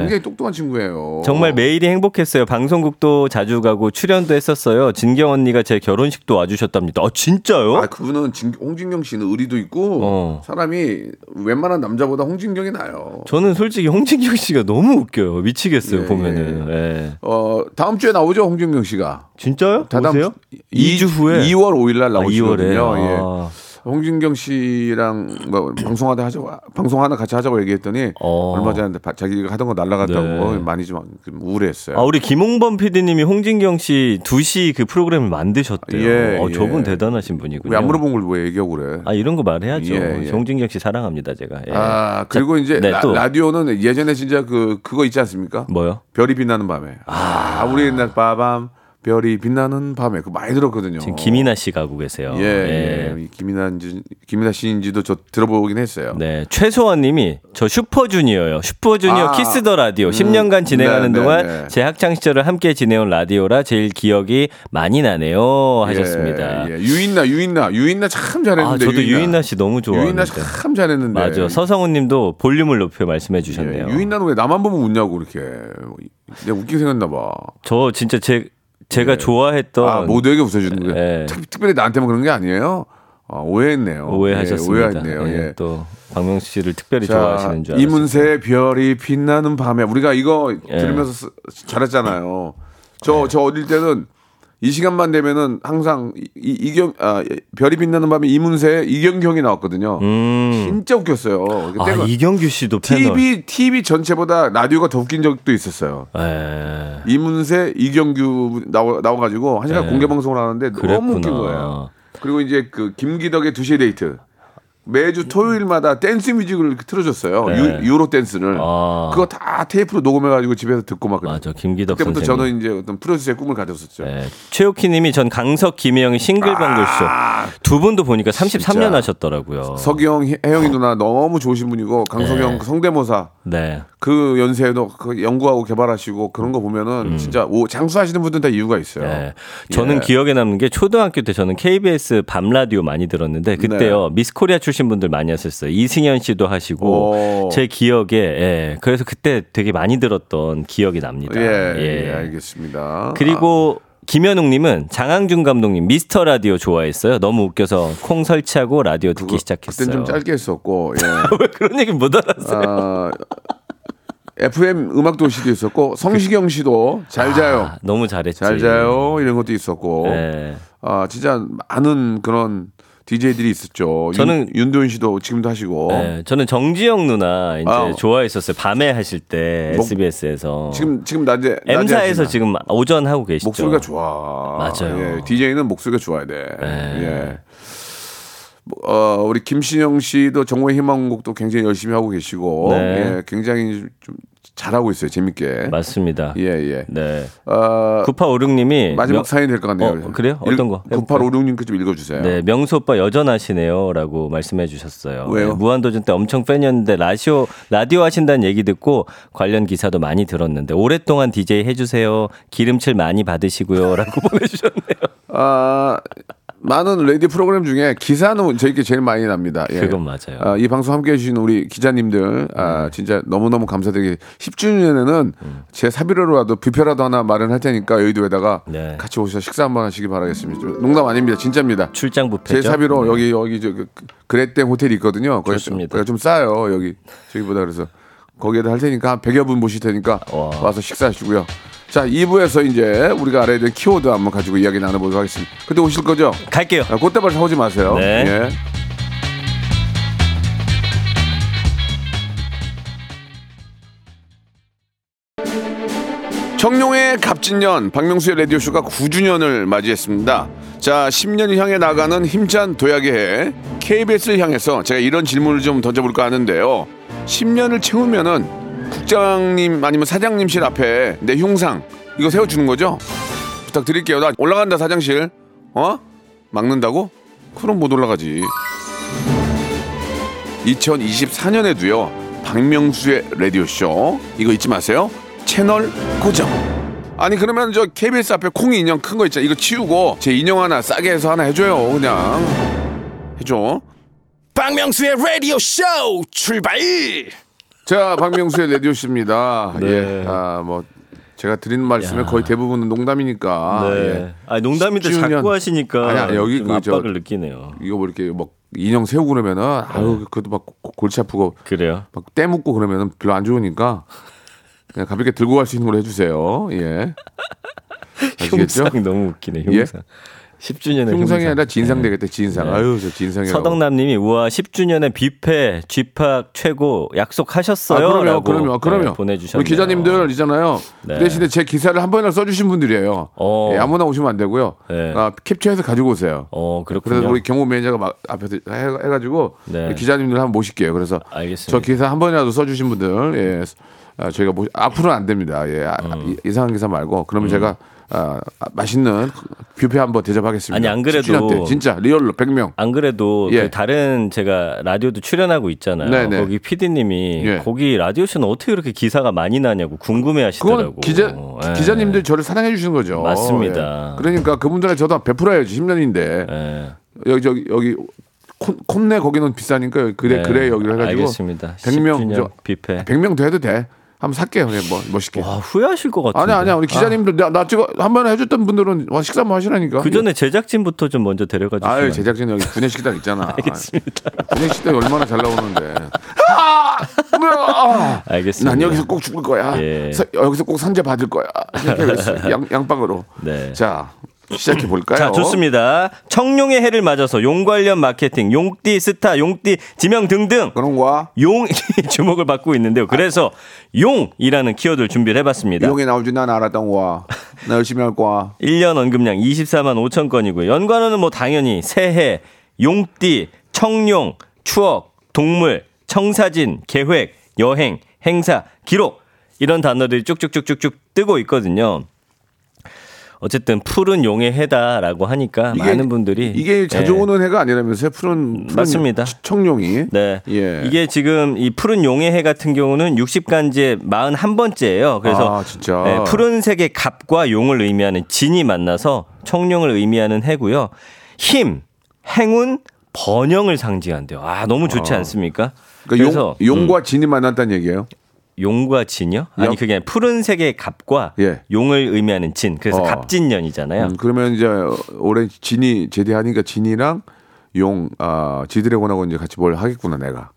Speaker 3: 굉장히 똑똑한 친구예요.
Speaker 5: 정말 매일이 행복했어요. 방송국도 자주 가고 출연도 했었어요. 진경 언니가 제 결혼식도 와주셨답니다. 아 진짜요?
Speaker 3: 아, 그분은 진- 홍진경 씨는 의리도 있고
Speaker 5: 어.
Speaker 3: 사람이 웬만한 남자보다 홍진경이 나요.
Speaker 5: 저는 솔직히 홍진경 씨가 너무 웃겨요. 미치겠어요
Speaker 3: 예,
Speaker 5: 보면은. 예.
Speaker 3: 어 다음 주에 나오죠 홍진경 씨가.
Speaker 5: 진짜요?
Speaker 3: 다다음
Speaker 5: 오세요?
Speaker 3: 주- 이-
Speaker 5: 2주 후에.
Speaker 3: 2월 5일 날
Speaker 5: 아, 2월에.
Speaker 3: 나오시거든요. 예.
Speaker 5: 아.
Speaker 3: 홍진경 씨랑 뭐 방송하다 하자고 방송 하나 같이 하자고 얘기했더니
Speaker 5: 어.
Speaker 3: 얼마 전에 바- 자기가 하던 거 날라갔다고
Speaker 5: 네.
Speaker 3: 어, 많이 좀 우울했어요.
Speaker 5: 아, 우리 김홍범 PD님이 홍진경 씨 2시 그 프로그램을 만드셨대요.
Speaker 3: 예,
Speaker 5: 어, 저분
Speaker 3: 예.
Speaker 5: 대단하신 분이군요.
Speaker 3: 왜 안 물어본 걸 왜 얘기하고 그래?
Speaker 5: 아 이런 거 말해야죠.
Speaker 3: 예, 예.
Speaker 5: 홍진경 씨 사랑합니다 제가. 예.
Speaker 3: 아 그리고
Speaker 5: 자,
Speaker 3: 이제
Speaker 5: 네,
Speaker 3: 라,
Speaker 5: 또.
Speaker 3: 라디오는 예전에 진짜 그 그거 있지 않습니까?
Speaker 5: 뭐요?
Speaker 3: 별이 빛나는 밤에. 아, 우리 옛날 빠밤 별이 빛나는 밤에 그거 많이 들었거든요.
Speaker 5: 지금 김이나 어, 씨 가고 계세요.
Speaker 3: 어. 예, 예. 이 김이나인지 김이나 씨인지도 저 들어보긴 했어요.
Speaker 5: 네 최소원님이 저 슈퍼주니어요. 슈퍼주니어
Speaker 3: 아.
Speaker 5: 키스 더 라디오 10년간 진행하는
Speaker 3: 네, 네,
Speaker 5: 동안
Speaker 3: 네.
Speaker 5: 제 학창 시절을 함께 지내온 라디오라 제일 기억이 많이 나네요 하셨습니다.
Speaker 3: 예, 예. 유인나 유인나 유인나 참 잘했는데.
Speaker 5: 아 저도 유인나 씨 너무 좋아하는데.
Speaker 3: 유인나 참 잘했는데.
Speaker 5: 맞아. 서성훈님도 볼륨을 높여 말씀해
Speaker 3: 예,
Speaker 5: 주셨네요.
Speaker 3: 유인나는 왜 나만 보면 웃냐고 이렇게. 내가 웃기게 생겼나 봐.
Speaker 5: 저 진짜 제 제가 좋아했던
Speaker 3: 아 모두에게 웃어주는 거.
Speaker 5: 예.
Speaker 3: 특, 특별히 나한테만 그런 게 아니에요. 아, 오해했네요.
Speaker 5: 오해하셨습니다.
Speaker 3: 예, 오해했네요.
Speaker 5: 예,
Speaker 3: 예.
Speaker 5: 또 박명수 씨를 특별히
Speaker 3: 자,
Speaker 5: 좋아하시는 줄 알았어요.
Speaker 3: 이문세의 별이 빛나는 밤에 우리가 이거
Speaker 5: 예.
Speaker 3: 들으면서 쓰- 잘했잖아요. 저 저 어릴 때는 이 시간만 되면은 항상 이- 이- 이경 아 별이 빛나는 밤에 이문세 이경경이 나왔거든요. 진짜 웃겼어요.
Speaker 5: 음. 아
Speaker 3: 때가-
Speaker 5: 이경규 씨도 패널.
Speaker 3: TV TV 전체보다 라디오가 더 웃긴 적도 있었어요.
Speaker 5: 에,
Speaker 3: 이문세 이경규 나와 나와가지고 한 시간 공개 방송을 하는데 너무
Speaker 5: 네. 그랬구나.
Speaker 3: 웃긴 거예요. 그리고 이제 그 김기덕의 두시 데이트 매주 토요일마다 댄스 뮤직을 틀어줬어요.
Speaker 5: 네.
Speaker 3: 유, 로 댄스를.
Speaker 5: 아.
Speaker 3: 그거 다 테이프로 녹음해가지고 집에서 듣고 막 그래요.
Speaker 5: 맞아, 김기덕
Speaker 3: 그때부터 저는
Speaker 5: 선생님.
Speaker 3: 이제 어떤 프로듀서의 꿈을 가졌었죠.
Speaker 5: 네. 최욱희님이 전 강석, 김혜영의 싱글벙글쇼 두 분도 보니까 33년
Speaker 3: 아, 진짜.
Speaker 5: 하셨더라고요.
Speaker 3: 서기영, 혜- 혜영이 누나 너무 좋으신 분이고 강석영 그 성대모사
Speaker 5: 네.
Speaker 3: 그 연세에도 그 연구하고 개발하시고 그런 거 보면은 진짜 오, 장수하시는 분들은 다 이유가 있어요.
Speaker 5: 음. 네. 저는
Speaker 3: 예.
Speaker 5: 기억에 남는 게 초등학교 때 저는 KBS 밤 라디오 많이 들었는데 그때요
Speaker 3: 네.
Speaker 5: 미스 코리아 출신 분들 많이 하셨어요 이승현 씨도 하시고
Speaker 3: 오.
Speaker 5: 제 기억에 예. 그래서 그때 되게 많이 들었던 기억이 납니다.
Speaker 3: 예,
Speaker 5: 예.
Speaker 3: 예, 알겠습니다.
Speaker 5: 그리고 김현웅님은 장항준 감독님 미스터 라디오 좋아했어요. 너무 웃겨서 콩 설치하고 라디오 듣기 시작했어요.
Speaker 3: 그땐 좀 짧게 했었고 예.
Speaker 5: 왜 그런 얘기 못 알았어요?
Speaker 3: 아, FM 음악도시도 있었고 성시경 씨도 잘 자요,
Speaker 5: 아, 너무 잘했지.
Speaker 3: 잘 자요 이런 것도 있었고
Speaker 5: 예.
Speaker 3: 아 진짜 많은 그런 DJ들이 있었죠.
Speaker 5: 저는-
Speaker 3: 윤, 윤도현 씨도 지금도 하시고
Speaker 5: 예, 저는 정지영 누나 이제
Speaker 3: 아.
Speaker 5: 좋아했었어요. 밤에 하실 때
Speaker 3: 목-
Speaker 5: SBS에서
Speaker 3: 지금 지금 낮에 낮에
Speaker 5: M사에서
Speaker 3: 하시나?
Speaker 5: 지금 오전 하고 계시죠.
Speaker 3: 목소리가 좋아.
Speaker 5: 맞아요. 네.
Speaker 3: 예, DJ는 목소리가 좋아야 돼. 예. 뭐, 어, 우리 김신영 씨도 정오의 희망곡도 굉장히 열심히 하고 계시고
Speaker 5: 네.
Speaker 3: 예, 굉장히 좀 잘하고 있어요. 재밌게.
Speaker 5: 맞습니다.
Speaker 3: 예, 예.
Speaker 5: 네.
Speaker 3: 어,
Speaker 5: 9856님이
Speaker 3: 마지막 사연이 될 것 같네요.
Speaker 5: 어, 그래요? 어떤 거?
Speaker 3: 9856님께 좀 읽어주세요.
Speaker 5: 네, 명수 오빠 여전하시네요라고 말씀해 주셨어요.
Speaker 3: 왜요?
Speaker 5: 네, 무한도전 때 엄청 팬이었는데 라디오 라디오 하신다는 얘기 듣고 관련 기사도 많이 들었는데 오랫동안 DJ 해 주세요. 기름칠 많이 받으시고요라고 보내 주셨네요.
Speaker 3: 아, 많은 레디 프로그램 중에 기사는 저희께 제일 많이 납니다. 예.
Speaker 5: 그건 맞아요. 네.
Speaker 3: 아, 이 방송 함께 해주신 우리 기자님들, 아, 진짜 너무너무 감사드리게 10주년에는
Speaker 5: 음.
Speaker 3: 제 사비로라도 뷔페라도 하나 마련할 테니까 여의도에다가
Speaker 5: 네.
Speaker 3: 같이 오셔서 식사 한번 하시기 바라겠습니다. 좀 농담 아닙니다. 진짜입니다.
Speaker 5: 출장
Speaker 3: 제
Speaker 5: 부패죠.
Speaker 3: 사비로 여기 여기 저 그- 그랬땡 호텔이 있거든요. 거기 좀,
Speaker 5: 좋습니다.
Speaker 3: 거기가 좀 싸요. 여기 저기보다 그래서 거기에다 할 테니까 한 100여 분 모실 테니까 와. 서 식사하시고요. 자, 2부에서 이제 우리가 알아야 될 키워드 한번 가지고 이야기 나눠보도록 하겠습니다. 근데 오실 거죠?
Speaker 5: 갈게요.
Speaker 3: 아, 꽃다발 사오지 마세요.
Speaker 5: 네.
Speaker 3: 예. 청룡의 갑진년 박명수의 라디오쇼가 9주년을 맞이했습니다. 자, 10년 향해 나가는 힘찬 도약의 해 KBS를 향해서 제가 이런 질문을 좀 던져볼까 하는데요. 10년을 채우면은 국장님 아니면 사장님실 앞에 내 흉상 이거 세워주는 거죠? 부탁드릴게요. 나 올라간다 사장실. 어? 막는다고? 그럼 못 올라가지. 2024년에도요. 박명수의 라디오 쇼 이거 잊지 마세요. 채널 고정. 아니 그러면 저 KBS 앞에 콩이 인형 큰 거 있잖아. 이거 치우고 제 인형 하나 싸게 해서 하나 해줘요. 그냥 해줘.
Speaker 1: 박명수의 라디오 쇼 출발!
Speaker 3: 자, 박명수의 라디오 씨입니다. 예. 아, 뭐 제가 드리는 말씀에 거의 대부분은 농담이니까.
Speaker 5: 네.
Speaker 3: 예.
Speaker 5: 아, 농담인데
Speaker 3: 10주년.
Speaker 5: 자꾸 하시니까
Speaker 3: 아니, 아니, 여기
Speaker 5: 좀
Speaker 3: 그 저-
Speaker 5: 압박을 느끼네요.
Speaker 3: 이거 뭐 이렇게 막 인형 세우고 그러면은
Speaker 5: 네.
Speaker 3: 아유 그것도 막 고- 골치 아프고
Speaker 5: 그래요.
Speaker 3: 막 떼묻고 그러면은 별로 안 좋으니까 그냥 가볍게 들고 갈 수 있는 걸로 해주세요. 예. 아시겠죠? 예?
Speaker 5: 흉상 너무 웃기네. 흉상. 10주년에
Speaker 3: 흉상이 아니라 진상 되겠다. 진상.
Speaker 5: 네.
Speaker 3: 아유 저 진상이라고.
Speaker 5: 서덕남님이 우와 10주년에 뷔페 쥐팍 최고
Speaker 3: 아,
Speaker 5: 약속하셨어요.
Speaker 3: 그럼요,
Speaker 5: 라고
Speaker 3: 그럼요, 그럼요.
Speaker 5: 네, 보내주셨네요.
Speaker 3: 우리 기자님들 있잖아요.
Speaker 5: 네.
Speaker 3: 그 대신에 제 기사를 한 번이나 써주신 분들이에요.
Speaker 5: 어.
Speaker 3: 예, 아무나 오시면 안 되고요.
Speaker 5: 네.
Speaker 3: 아, 캡처해서 가지고 오세요.
Speaker 5: 어 그렇군요.
Speaker 3: 그래서 우리 경호 매니저가 막 앞에서 해, 가지고
Speaker 5: 네.
Speaker 3: 기자님들 한번 모실게요. 그래서
Speaker 5: 알겠습니다.
Speaker 3: 저 기사 한 번이라도 써주신 분들 예, 아, 저희가 모, 앞으로는 안 됩니다. 예, 아,
Speaker 5: 음.
Speaker 3: 이- 이상한 기사 말고 그러면 제가 아, 아, 맛있는 뷔페 한번 대접하겠습니다.
Speaker 5: 아니, 안 그래도-
Speaker 3: 10주년 때 진짜 리얼로 100명.
Speaker 5: 안 그래도
Speaker 3: 예.
Speaker 5: 그 다른 제가 라디오도 출연하고 있잖아요.
Speaker 3: 네네.
Speaker 5: 거기 PD님이
Speaker 3: 예.
Speaker 5: 거기 라디오쇼는 어떻게 그렇게 기사가 많이 나냐고 궁금해하시더라고.
Speaker 3: 그건 기자
Speaker 5: 예.
Speaker 3: 기자님들 저를 사랑해 주시는 거죠.
Speaker 5: 맞습니다.
Speaker 3: 예. 그러니까 그분들한테 저도 베풀어야지 10년인데
Speaker 5: 예.
Speaker 3: 여기 저기 여기 콘, 콘네 거기는 비싸니까 여기 그래
Speaker 5: 네.
Speaker 3: 그래 여기를 해가지고
Speaker 5: 알겠습니다.
Speaker 3: 100명
Speaker 5: 10주년
Speaker 3: 저
Speaker 5: 뷔페.
Speaker 3: 100명 도 해도 돼. 한번 살게요. 그냥 뭐 멋있게.
Speaker 5: 와 후회하실 것
Speaker 3: 아니
Speaker 5: 같은데.
Speaker 3: 아니야 우리 기자님들 나, 나 찍어 한 번에 해줬던 분들은 와 식사 뭐 하시라니까.
Speaker 5: 그 전에 제작진부터 좀 먼저 데려가 주시면.
Speaker 3: 아유 제작진 여기 분해식당 있잖아.
Speaker 5: 알겠습니다.
Speaker 3: 분해식당 얼마나 잘 나오는데. 아! 뭐야! 아!
Speaker 5: 알겠습니다.
Speaker 3: 난 여기서 꼭 죽을 거야.
Speaker 5: 예.
Speaker 3: 서- 여기서 꼭 산재 받을 거야. 이렇게 하겠어. 양, 양방으로.
Speaker 5: 네.
Speaker 3: 자 시작해 볼까요?
Speaker 5: 자, 좋습니다. 청룡의 해를 맞아서 용 관련 마케팅, 용띠 스타, 용띠 지명 등등
Speaker 3: 그런 거야.
Speaker 5: 용이 주목을 받고 있는데요. 그래서 용이라는 키워드를 준비를 해봤습니다.
Speaker 3: 용이 나오지 난 알았던 거야. 나 열심히 할 거야.
Speaker 5: 1년 언급량 24만 5천 건이고요. 연관어는 뭐 당연히 새해, 용띠, 청룡, 추억, 동물, 청사진, 계획, 여행, 행사, 기록 이런 단어들이 쭉쭉쭉쭉쭉 뜨고 있거든요. 어쨌든 푸른 용의 해다라고 하니까 많은 분들이
Speaker 3: 이게 자주
Speaker 5: 예.
Speaker 3: 오는 해가 아니라면서요? 푸른, 푸른
Speaker 5: 맞습니다.
Speaker 3: 청룡이.
Speaker 5: 네.
Speaker 3: 예.
Speaker 5: 이게 지금 이 푸른 용의 해 같은 경우는 60간지에 41번째예요. 그래서
Speaker 3: 아, 진짜.
Speaker 5: 네, 푸른색의 갑과 용을 의미하는 진이 만나서 청룡을 의미하는 해고요. 힘, 행운, 번영을 상징한대요. 아, 너무 좋지 않습니까? 그
Speaker 3: 그러니까
Speaker 5: 래서
Speaker 3: 용, 용과 진이 만났다는 얘기예요.
Speaker 5: 용과 진이요? 아니
Speaker 3: 영-
Speaker 5: 그게 아니라 푸른색의 갑과
Speaker 3: 예.
Speaker 5: 용을 의미하는 진. 그래서
Speaker 3: 어.
Speaker 5: 갑진년이잖아요.
Speaker 3: 음, 그러면 이제 올해 진이 제대하니까 진이랑 용, 아, 지드래곤하고 이제 같이 뭘 하겠구나, 내가.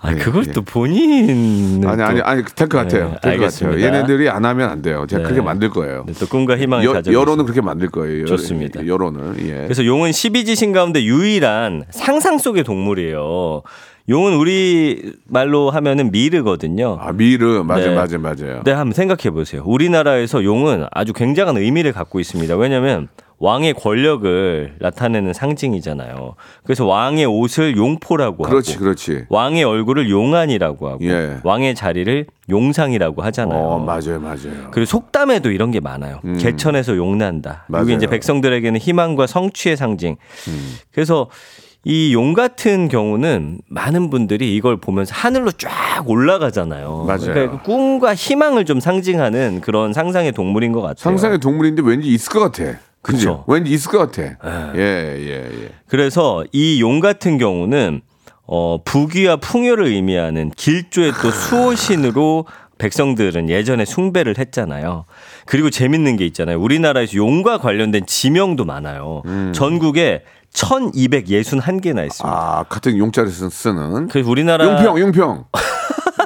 Speaker 5: 아, 그걸
Speaker 3: 예.
Speaker 5: 또 본인
Speaker 3: 아니, 아니, 아니, 될 것 같아요. 될 것
Speaker 5: 네,
Speaker 3: 같아요.
Speaker 5: 알겠습니다.
Speaker 3: 얘네들이 안 하면 안 돼요. 제가
Speaker 5: 네.
Speaker 3: 그렇게 만들 거예요.
Speaker 5: 또 꿈과 희망을
Speaker 3: 여,
Speaker 5: 가져.
Speaker 3: 여론은 그렇게 만들 거예요. 여-
Speaker 5: 좋습니다.
Speaker 3: 여론을. 예.
Speaker 5: 그래서 용은 12지신 가운데 유일한 상상 속의 동물이에요. 용은 우리 말로 하면은 미르거든요.
Speaker 3: 아, 미르. 맞아,
Speaker 5: 네.
Speaker 3: 맞아, 맞아요.
Speaker 5: 네, 한번 생각해 보세요. 우리나라에서 용은 아주 굉장한 의미를 갖고 있습니다. 왜냐하면 왕의 권력을 나타내는 상징이잖아요. 그래서 왕의 옷을 용포라고
Speaker 3: 그렇지,
Speaker 5: 하고
Speaker 3: 그렇지.
Speaker 5: 왕의 얼굴을 용안이라고 하고
Speaker 3: 예.
Speaker 5: 왕의 자리를 용상이라고 하잖아요.
Speaker 3: 어, 맞아요, 맞아요. 음.
Speaker 5: 그리고 속담에도 이런 게 많아요. 개천에서 용난다.
Speaker 3: 맞아요. 음.
Speaker 5: 이게 이제 백성들에게는 희망과 성취의 상징. 그래서 이 용 같은 경우는 많은 분들이 이걸 보면서 하늘로 쫙 올라가잖아요.
Speaker 3: 맞아요.
Speaker 5: 그러니까 그 꿈과 희망을 좀 상징하는 그런 상상의 동물인 것 같아요.
Speaker 3: 상상의 동물인데 왠지 있을 것 같아. 그지?
Speaker 5: 그쵸.
Speaker 3: 왠지 있을 것 같아. 예, 예, 예.
Speaker 5: 그래서 이 용 같은 경우는 어, 부귀와 풍요를 의미하는 길조의
Speaker 3: 아.
Speaker 5: 또 수호신으로 백성들은 예전에 숭배를 했잖아요. 그리고 재밌는 게 있잖아요. 우리나라에서 용과 관련된 지명도 많아요. 전국에 1261개나
Speaker 3: 음.
Speaker 5: 있습니다.
Speaker 3: 아, 같은 용자를 쓰- 쓰는.
Speaker 5: 그래서 우리나라
Speaker 3: 용평, 용평.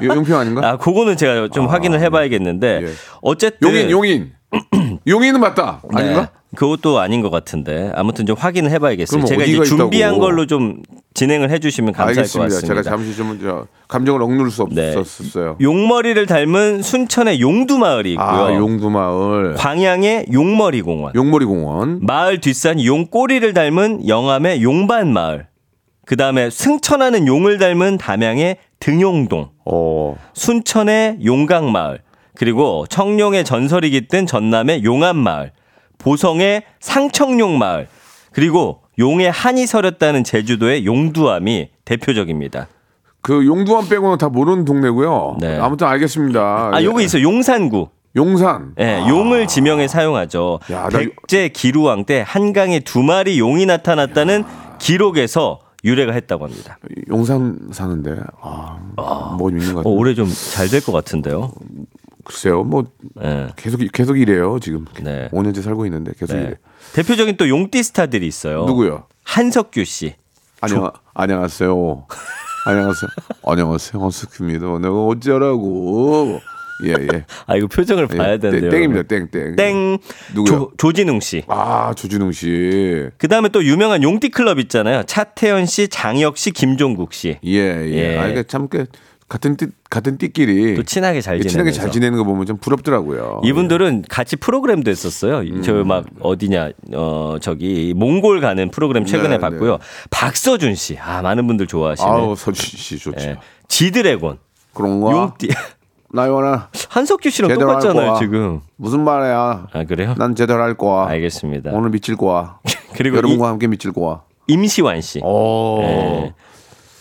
Speaker 3: 요- 용평 아닌가?
Speaker 5: 아, 그거는 제가 좀 확인을 해 봐야겠는데
Speaker 3: 예.
Speaker 5: 어쨌든
Speaker 3: 용인, 용인. 용인은 맞다. 아닌가?
Speaker 5: 네, 그것도 아닌 것 같은데 아무튼 좀 확인을
Speaker 3: 그럼
Speaker 5: 해봐야겠어요. 제가 이제
Speaker 3: 어디가 있다고.
Speaker 5: 준비한 걸로 좀 진행을 해주시면 감사할
Speaker 3: 알겠습니다.
Speaker 5: 것 같습니다.
Speaker 3: 제가 잠시 좀 저, 감정을 억누를 수
Speaker 5: 네.
Speaker 3: 없었어요.
Speaker 5: 용머리를 닮은 순천의 용두마을이 있고요.
Speaker 3: 아, 용두마을.
Speaker 5: 광양의 용머리공원.
Speaker 3: 용모리공원.
Speaker 5: 마을 뒷산 용꼬리를 닮은 영암의 용반마을. 그 다음에 승천하는 용을 닮은 담양의 등용동.
Speaker 3: 어.
Speaker 5: 순천의 용강마을. 그리고 청룡의 전설이 깃든 전남의 용암마을. 보성의 상청룡마을. 그리고 용의 한이 서렸다는 제주도의 용두암이 대표적입니다.
Speaker 3: 그 용두원 빼고는 다 모르는 동네고요.
Speaker 5: 네.
Speaker 3: 아무튼 알겠습니다.
Speaker 5: 아,
Speaker 3: 예.
Speaker 5: 요거 있어요. 용산구.
Speaker 3: 용산.
Speaker 5: 예, 용을 지명에 사용하죠.
Speaker 3: 아. 야, 나
Speaker 5: 백제 기루왕 때 한강에 두 마리 용이 나타났다는 기록에서 유래가 했다고 합니다.
Speaker 3: 용산 사는데. 아, 뭐 있는 것
Speaker 5: 어,
Speaker 3: 같아요.
Speaker 5: 올해 좀 잘 될 것 같은데요.
Speaker 3: 글쎄요. 뭐
Speaker 5: 예.
Speaker 3: 계속 계속 이래요, 지금.
Speaker 5: 네.
Speaker 3: 5년째 살고 있는데 계속
Speaker 5: 네.
Speaker 3: 이래.
Speaker 5: 대표적인 또 용띠 스타들이 있어요.
Speaker 3: 누구요?
Speaker 5: 한석규 씨.
Speaker 3: 안녕, 안녕하세요. 안녕하세요. 안녕하세요. 허스키입니다. 내가 어쩌라고. 예, 예.
Speaker 5: 아, 이거 표정을
Speaker 3: 예.
Speaker 5: 봐야 되는데요.
Speaker 3: 땡입니다. 땡, 땡.
Speaker 5: 땡.
Speaker 3: 누구요?
Speaker 5: 조, 조진웅 씨.
Speaker 3: 아, 조진웅 씨.
Speaker 5: 그 다음에 또 유명한 용띠 클럽 있잖아요. 차태현 씨, 장혁 씨, 김종국 씨.
Speaker 3: 예, 예.
Speaker 5: 예.
Speaker 3: 아, 이게 참, 그, 같은 띠, 같은 띠끼리.
Speaker 5: 또 친하게 잘
Speaker 3: 예, 친하게 잘
Speaker 5: 지내면서.
Speaker 3: 지내는 거 보면 좀 부럽더라고요.
Speaker 5: 어, 이분들은 같이 프로그램도 했었어요.
Speaker 3: 음.
Speaker 5: 저 막 어디냐, 어, 저기, 몽골 가는 프로그램 최근에
Speaker 3: 네,
Speaker 5: 봤고요. 박서준 씨. 아, 많은 분들 좋아하시는.
Speaker 3: 아우, 그렇죠. 서준 씨 좋죠.
Speaker 5: 예. 지드래곤.
Speaker 3: 그런 거.
Speaker 5: 용띠.
Speaker 3: 나 이거나
Speaker 5: 한석규 씨랑
Speaker 3: 제대로 할
Speaker 5: 똑같잖아요,
Speaker 3: 거야.
Speaker 5: 지금.
Speaker 3: 무슨 말이야.
Speaker 5: 아, 그래요?
Speaker 3: 난 제대로 할 거야.
Speaker 5: 알겠습니다.
Speaker 3: 오늘 미칠 거야.
Speaker 5: 그리고
Speaker 3: 여러분과 어. 함께 미칠 거야.
Speaker 5: 이- 임시완 씨.
Speaker 3: 오.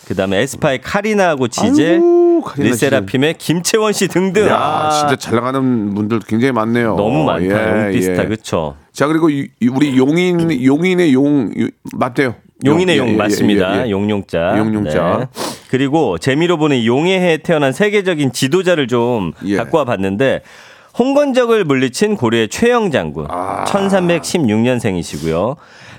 Speaker 5: 그 다음에 에스파의 카리나하고 지제.
Speaker 3: 아이고, 카리나
Speaker 5: 리세라핌의 김채원 씨 등등.
Speaker 3: 야,
Speaker 5: 아,
Speaker 3: 진짜 잘 나가는 분들 굉장히 많네요.
Speaker 5: 너무 많다.
Speaker 3: 예,
Speaker 5: 용비스타,
Speaker 3: 예.
Speaker 5: 그쵸?
Speaker 3: 자 그리고 이- 이- 우리 용인 용인의 용 유- 맞대요.
Speaker 5: 용인의
Speaker 3: 예,
Speaker 5: 용
Speaker 3: 예, 예,
Speaker 5: 맞습니다.
Speaker 3: 예, 예.
Speaker 5: 용용자. 네.
Speaker 3: 용용자.
Speaker 5: 그리고 재미로 보는 용의 해에 태어난 세계적인 지도자를 좀
Speaker 3: 예.
Speaker 5: 갖고 와 봤는데 홍건적을 물리친 고려의 최영 장군
Speaker 3: 아.
Speaker 5: 1316년생이시고요.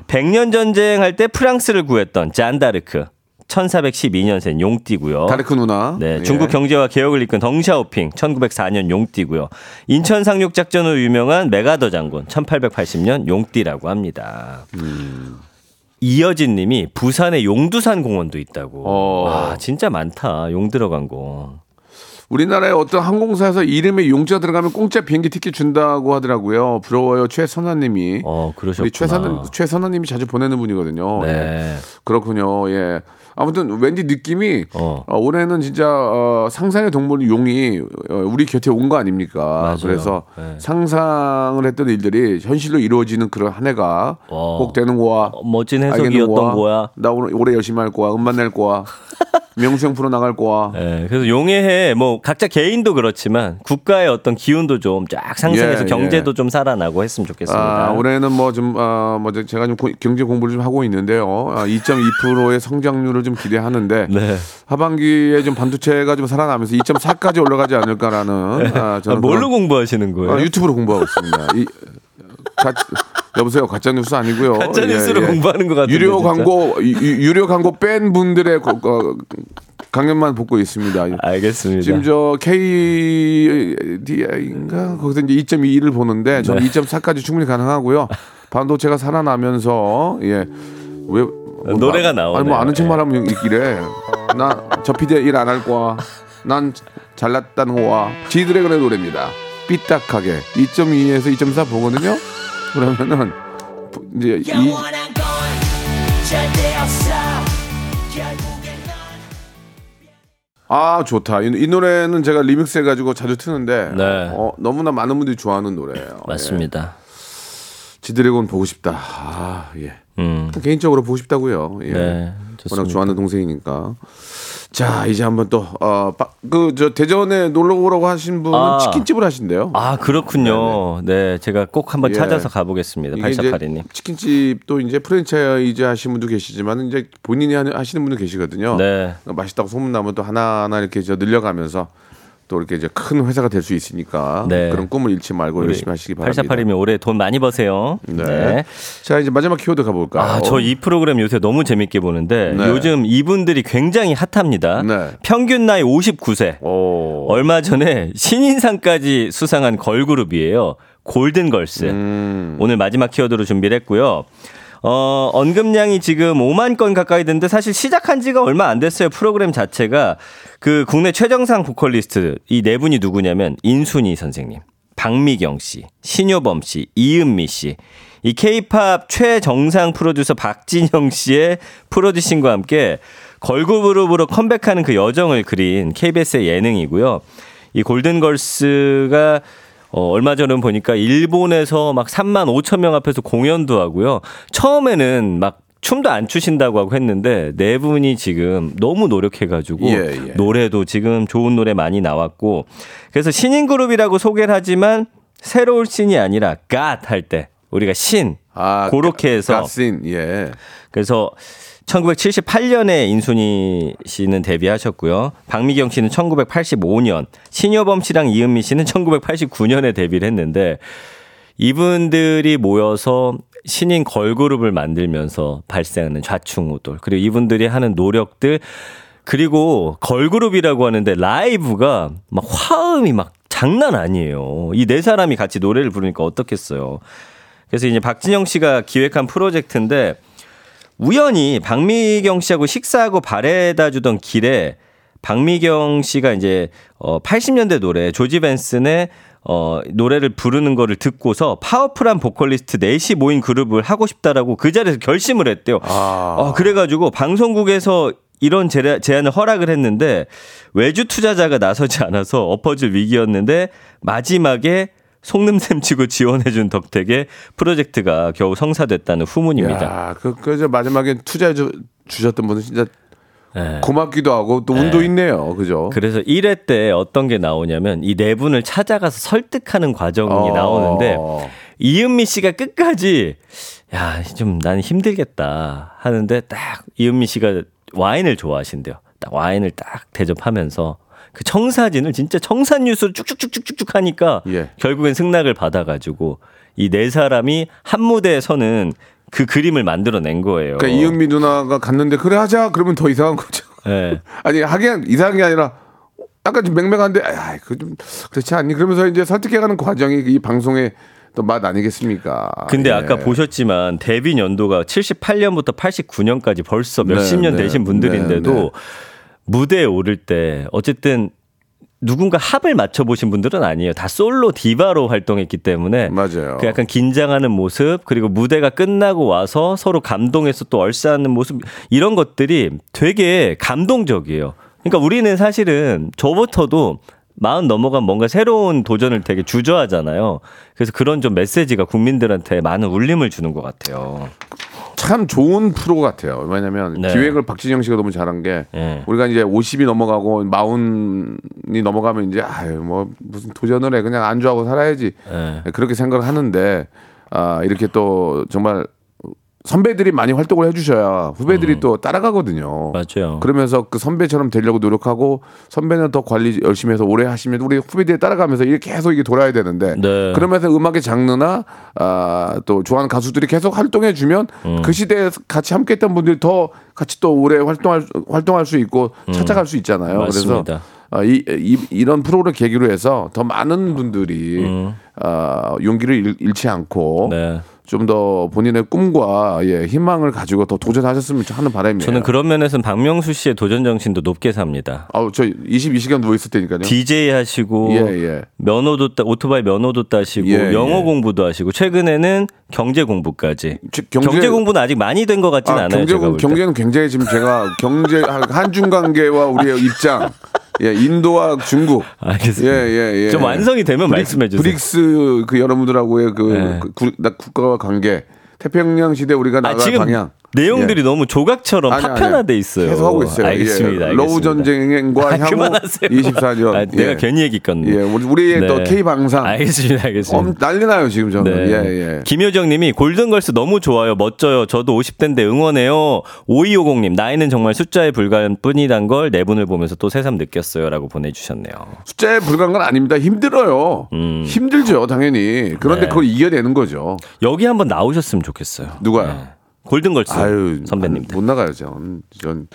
Speaker 5: 백년 전쟁할 때 프랑스를 구했던 잔다르크 1412년생 용띠고요.
Speaker 3: 다르크 누나.
Speaker 5: 네,
Speaker 3: 예.
Speaker 5: 중국 경제와 개혁을 이끈 덩샤오핑 1904년 용띠고요. 인천 상륙 작전으로 유명한 메가더 장군 1880년 용띠라고 합니다.
Speaker 3: 음.
Speaker 5: 이여진 님이 부산에 용두산 공원도 있다고. 아,
Speaker 3: 어.
Speaker 5: 와, 진짜 많다. 용 들어간 거.
Speaker 3: 우리나라의 어떤 항공사에서 이름에 용자 들어가면 공짜 비행기 티켓 준다고 하더라고요. 부러워요 최선아님이.
Speaker 5: 어, 그러셨구나.
Speaker 3: 우리 최선아 최선아님이 자주 보내는 분이거든요. 예.
Speaker 5: 네.
Speaker 3: 그렇군요. 예. 아무튼 왠지 느낌이
Speaker 5: 어.
Speaker 3: 어, 올해는 진짜 어, 상상의 동물 용이 어, 우리 곁에 온 거 아닙니까?
Speaker 5: 맞아요.
Speaker 3: 그래서
Speaker 5: 네.
Speaker 3: 상상을 했던 일들이 현실로 이루어지는 그런 한 해가
Speaker 5: 와.
Speaker 3: 꼭 되는 거야.
Speaker 5: 어, 멋진
Speaker 3: 알겠는
Speaker 5: 해석이었던 거야.
Speaker 3: 나 오늘 올해 열심히 할 거야. 음반 낼 거야. 명성 프로 나갈 거야.
Speaker 5: 예, 그래서 용해해 뭐 각자 개인도 그렇지만 국가의 어떤 기운도 좀 쫙 상승해서
Speaker 3: 예,
Speaker 5: 경제도 좀 살아나고 했으면 좋겠습니다.
Speaker 3: 아, 올해는 뭐 좀, 아, 뭐 제- 제가 좀 고- 경제 공부를 좀 하고 있는데요. 아, 2.2%의 성장률을 좀 기대하는데
Speaker 5: 네.
Speaker 3: 하반기에 좀 반도체가 좀 살아나면서 2.4까지 올라가지 않을까라는 아,
Speaker 5: 아,
Speaker 3: 저는
Speaker 5: 뭘로
Speaker 3: 그런-
Speaker 5: 공부하시는 거예요?
Speaker 3: 아, 유튜브로 공부하고 있습니다. 이, 가, 여보세요, 가짜 뉴스 아니고요. 예,
Speaker 5: 가짜 뉴스로 공부하는 것 같은데,
Speaker 3: 유료
Speaker 5: 진짜.
Speaker 3: 광고, 유, 유- 유료 광고 뺀 분들의 거- 거- 강연만 보고 있습니다.
Speaker 5: 알겠습니다.
Speaker 3: 지금 저
Speaker 5: 음.
Speaker 3: KDI인가 거기서 이제 2.2를 보는데 저는
Speaker 5: 네.
Speaker 3: 2.4까지 충분히 가능하고요. 반도체가 살아나면서 예. 왜 뭐,
Speaker 5: 노래가
Speaker 3: 나-
Speaker 5: 나오네요.
Speaker 3: 아니 뭐 아는
Speaker 5: 예.
Speaker 3: 척만 하면 이래. 나저 피디 일안 할 거야. 난 잘났다는 거야. 지드래곤의 노래입니다. 삐딱하게 2.2에서 2.4 보거든요. 그러면은 이제 이, 아 좋다 이, 이 노래는 제가 리믹스 해가지고 자주 트는데
Speaker 5: 네.
Speaker 3: 어, 너무나 많은 분들이 좋아하는 노래예요
Speaker 5: 맞습니다.
Speaker 3: 예. 지드래곤 보고 싶다 아, 예.
Speaker 5: 음.
Speaker 3: 개인적으로 보고 싶다고요 예.
Speaker 5: 네,
Speaker 3: 워낙
Speaker 5: 좋습니다.
Speaker 3: 좋아하는 동생이니까 자 이제 한번 어, 또어그저 대전에 놀러 오라고 하신 분은
Speaker 5: 아.
Speaker 3: 치킨집을 하신대요
Speaker 5: 아 그렇군요. 네, 제가 꼭 한번
Speaker 3: 예.
Speaker 5: 찾아서 가보겠습니다.
Speaker 3: 이게 이제
Speaker 5: 발사파리님.
Speaker 3: 치킨집도 이제 프랜차이즈 하신 분도 계시지만 이제 본인이 하는- 하시는 분도 계시거든요.
Speaker 5: 네.
Speaker 3: 그러니까 맛있다고 소문나면 또 하나하나 이렇게 저 늘려가면서 또 이렇게 이제 큰 회사가 될 수 있으니까
Speaker 5: 네.
Speaker 3: 그런 꿈을 잃지 말고 열심히 하시기 바랍니다.
Speaker 5: 발사파리님 올해 돈 많이 버세요.
Speaker 3: 네. 자 이제 마지막 키워드 가볼까요?
Speaker 5: 아, 저 이 프로그램 요새 너무 재밌게 보는데
Speaker 3: 네.
Speaker 5: 요즘 이분들이 굉장히 핫합니다.
Speaker 3: 네.
Speaker 5: 평균 나이 59세.
Speaker 3: 오.
Speaker 5: 얼마 전에 신인상까지 수상한 걸그룹이에요. 골든걸스.
Speaker 3: 음.
Speaker 5: 오늘 마지막 키워드로 준비를 했고요. 어, 언급량이 지금 5만 건 가까이 됐는데 사실 시작한 지가 얼마 안 됐어요. 프로그램 자체가 그 국내 최정상 보컬리스트 이 네 분이 누구냐면 인순이 선생님, 박미경 씨, 신효범 씨, 이은미 씨. 이 케이팝 최정상 프로듀서 박진영 씨의 프로듀싱과 함께 걸그룹으로 컴백하는 그 여정을 그린 KBS의 예능이고요. 이 골든걸스가 어, 얼마 전에 보니까 일본에서 막 3만 5천 명 앞에서 공연도 하고요. 처음에는 막 춤도 안 추신다고 하고 했는데 네 분이 지금 너무 노력해가지고
Speaker 3: 예, 예.
Speaker 5: 노래도 지금 좋은 노래 많이 나왔고 그래서 신인 그룹이라고 소개를 하지만 새로울 신이 아니라 God 할 때 우리가 신
Speaker 3: 아,
Speaker 5: 그렇게 해서
Speaker 3: 갓신 예.
Speaker 5: 그래서 1978년에 인순이 씨는 데뷔하셨고요. 박미경 씨는 1985년, 신여범 씨랑 이은미 씨는 1989년에 데뷔를 했는데 이분들이 모여서 신인 걸그룹을 만들면서 발생하는 좌충우돌 그리고 이분들이 하는 노력들 그리고 걸그룹이라고 하는데 라이브가 막 화음이 막 장난 아니에요. 이 네 사람이 같이 노래를 부르니까 어떻겠어요. 그래서 이제 박진영 씨가 기획한 프로젝트인데 우연히 박미경 씨하고 식사하고 발에다 주던 길에 박미경 씨가 이제 어 80년대 노래 조지 벤슨의 어 노래를 부르는 거를 듣고서 파워풀한 보컬리스트 넷이 모인 그룹을 하고 싶다라고 그 자리에서 결심을 했대요.
Speaker 3: 아.
Speaker 5: 어, 그래가지고 방송국에서 이런 제라- 제안을 허락을 했는데 외주 투자자가 나서지 않아서 엎어질 위기였는데 마지막에 속냄샘 치고 지원해준 덕택에 프로젝트가 겨우 성사됐다는 후문입니다.
Speaker 3: 야, 그그저 마지막에 투자해 주, 주셨던 분은 진짜
Speaker 5: 예.
Speaker 3: 고맙기도 하고 또 운도 있네요. 그죠?
Speaker 5: 그래서 1회 때 어떤 게 나오냐면 이 네 분을 찾아가서 설득하는 과정이
Speaker 3: 어.
Speaker 5: 나오는데 이은미 씨가 끝까지 야, 좀 난 힘들겠다 하는데 딱 이은미 씨가 와인을 좋아하신대요. 딱 와인을 딱 대접하면서 그 청사진을 진짜 청산 뉴스로 쭉쭉쭉쭉쭉 하니까
Speaker 3: 예.
Speaker 5: 결국엔 승낙을 받아가지고 이 네 사람이 한 무대에 서는 그 그림을 만들어낸 거예요.
Speaker 3: 그러니까 이은미 누나가 갔는데 그래 하자 그러면 더 이상한 거죠.
Speaker 5: 예.
Speaker 3: 아니 하긴 이상한 게 아니라 약간 좀 맹맹한데 아, 그좀 그렇지 않니? 그러면서 이제 설득해가는 과정이 이 방송의 또 맛 아니겠습니까?
Speaker 5: 근데
Speaker 3: 예.
Speaker 5: 아까 보셨지만 데뷔 연도가 78년부터 89년까지 벌써 몇십
Speaker 3: 네,
Speaker 5: 년
Speaker 3: 네.
Speaker 5: 되신
Speaker 3: 네,
Speaker 5: 분들인데도
Speaker 3: 네.
Speaker 5: 무대에 오를 때 어쨌든 누군가 합을 맞춰보신 분들은 아니에요. 다 솔로 디바로 활동했기 때문에.
Speaker 3: 맞아요.
Speaker 5: 그 약간 긴장하는 모습, 그리고 무대가 끝나고 와서 서로 감동해서 또 얼싸하는 모습, 이런 것들이 되게 감동적이에요. 그러니까 우리는 사실은 저부터도 마흔 넘어간 뭔가 새로운 도전을 되게 주저하잖아요. 그래서 그런 좀 메시지가 국민들한테 많은 울림을 주는 것 같아요.
Speaker 3: 참 좋은 프로 같아요. 왜냐면
Speaker 5: 네.
Speaker 3: 기획을 박진영 씨가 너무 잘한 게
Speaker 5: 예.
Speaker 3: 우리가 이제 50이 넘어가고 40이 넘어가면 이제 아유 뭐 무슨 도전을 해 그냥 안주하고 살아야지
Speaker 5: 예.
Speaker 3: 그렇게 생각을 하는데 아 이렇게 또 정말 선배들이 많이 활동을 해주셔야 후배들이 또 따라가거든요.
Speaker 5: 음. 맞아요.
Speaker 3: 그러면서 그 선배처럼 되려고 노력하고 선배는 더 관리 열심히 해서 오래 하시면 우리 후배들이 따라가면서 이게 계속 이게 돌아야 되는데
Speaker 5: 네.
Speaker 3: 그러면서 음악의 장르나 아, 또 좋아하는 가수들이 계속 활동해 주면
Speaker 5: 음.
Speaker 3: 그 시대에 같이 함께했던 분들이 더 같이 또 오래 활동할 수- 활동할 수 있고 찾아갈 수 있잖아요.
Speaker 5: 음. 맞습니다.
Speaker 3: 그래서 아, 이, 이, 런 프로를 계기로 해서 더 많은 분들이 아, 용기를 잃, 잃지 않고
Speaker 5: 음. 네.
Speaker 3: 좀 더 본인의 꿈과 예, 희망을 가지고 더 도전하셨으면 하는 바람이에요.
Speaker 5: 저는 그런 면에서는 박명수 씨의 도전 정신도 높게 삽니다.
Speaker 3: 아우 저 22시간 누워 있을 테니까요.
Speaker 5: DJ 하시고
Speaker 3: 예, 예.
Speaker 5: 면허도 따, 오토바이 면허도 따시고
Speaker 3: 예,
Speaker 5: 영어
Speaker 3: 예.
Speaker 5: 공부도 하시고 최근에는 경제 공부까지.
Speaker 3: 지- 경제-
Speaker 5: 경제, 공부는 아직 많이 된 것 같진 않아요.
Speaker 3: 경제,
Speaker 5: 제가 볼 때.
Speaker 3: 경제는 굉장히 지금 제가 경제 한중 관계와 우리의 입장, 예, 인도와 중국,
Speaker 5: 알겠습니다.
Speaker 3: 예, 예, 예.
Speaker 5: 좀 완성이 되면 말씀해 주세요.
Speaker 3: 브릭스 그 여러분들하고의 그,
Speaker 5: 예.
Speaker 3: 그 구- 나- 국가와 관계, 태평양 시대 우리가
Speaker 5: 아,
Speaker 3: 나갈
Speaker 5: 지금
Speaker 3: 방향. 예.
Speaker 5: 내용들이 너무 조각처럼
Speaker 3: 아니, 아니,
Speaker 5: 파편화돼 있어요.
Speaker 3: 계속 하고 있어요.
Speaker 5: 알겠습니다.
Speaker 3: 예.
Speaker 5: 알겠습니다.
Speaker 3: 러우 전쟁과
Speaker 5: 아,
Speaker 3: 향후
Speaker 5: 그만하세요.
Speaker 3: 24년.
Speaker 5: 아, 내가
Speaker 3: 예.
Speaker 5: 괜히 얘기 껐네.
Speaker 3: 예, 우리 우리의 또 K 방상.
Speaker 5: 알겠습니다. 알겠습니다.
Speaker 3: 엄 난리나요 지금 저는.
Speaker 5: 네.
Speaker 3: 예, 예.
Speaker 5: 김효정님이 골든걸스 너무 좋아요. 멋져요. 저도 50대인데 응원해요. 5250님 나이는 정말 숫자에 불과한 뿐이란 걸 네 분을 보면서 또 새삼 느꼈어요라고 보내주셨네요.
Speaker 3: 숫자에 불과한 건 아닙니다. 힘들어요. 힘들죠, 당연히. 그런데
Speaker 5: 음. 네.
Speaker 3: 그걸 이겨내는 거죠.
Speaker 5: 여기 한번 나오셨으면 좋겠어요.
Speaker 3: 누가요?
Speaker 5: 골든걸스
Speaker 3: 아유,
Speaker 5: 네.
Speaker 3: 뭐,
Speaker 5: 선배님들.
Speaker 3: 못 나가요, 전. 전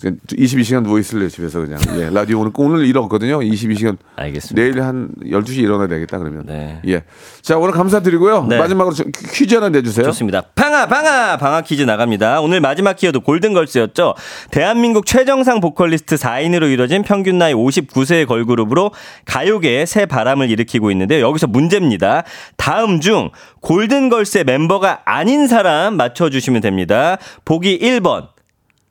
Speaker 3: 22시간 누워있을래요, 집에서 그냥. 예, 라디오 오늘, 오늘 이러거든요. 22시간.
Speaker 5: 알겠습니다.
Speaker 3: 내일 한 12시 에 일어나야 되겠다, 그러면.
Speaker 5: 네.
Speaker 3: 예. 자, 오늘 감사드리고요.
Speaker 5: 네.
Speaker 3: 마지막으로 저 퀴즈 하나 내주세요.
Speaker 5: 좋습니다. 방아 방아 방아 퀴즈 나갑니다. 오늘 마지막 키워드 골든걸스였죠. 대한민국 최정상 보컬리스트 4인으로 이뤄진 평균 나이 59세의 걸그룹으로 가요계에 새 바람을 일으키고 있는데요. 여기서 문제입니다. 다음 중 골든걸스의 멤버가 아닌 사람 맞춰주시면 됩니다. 보기 1번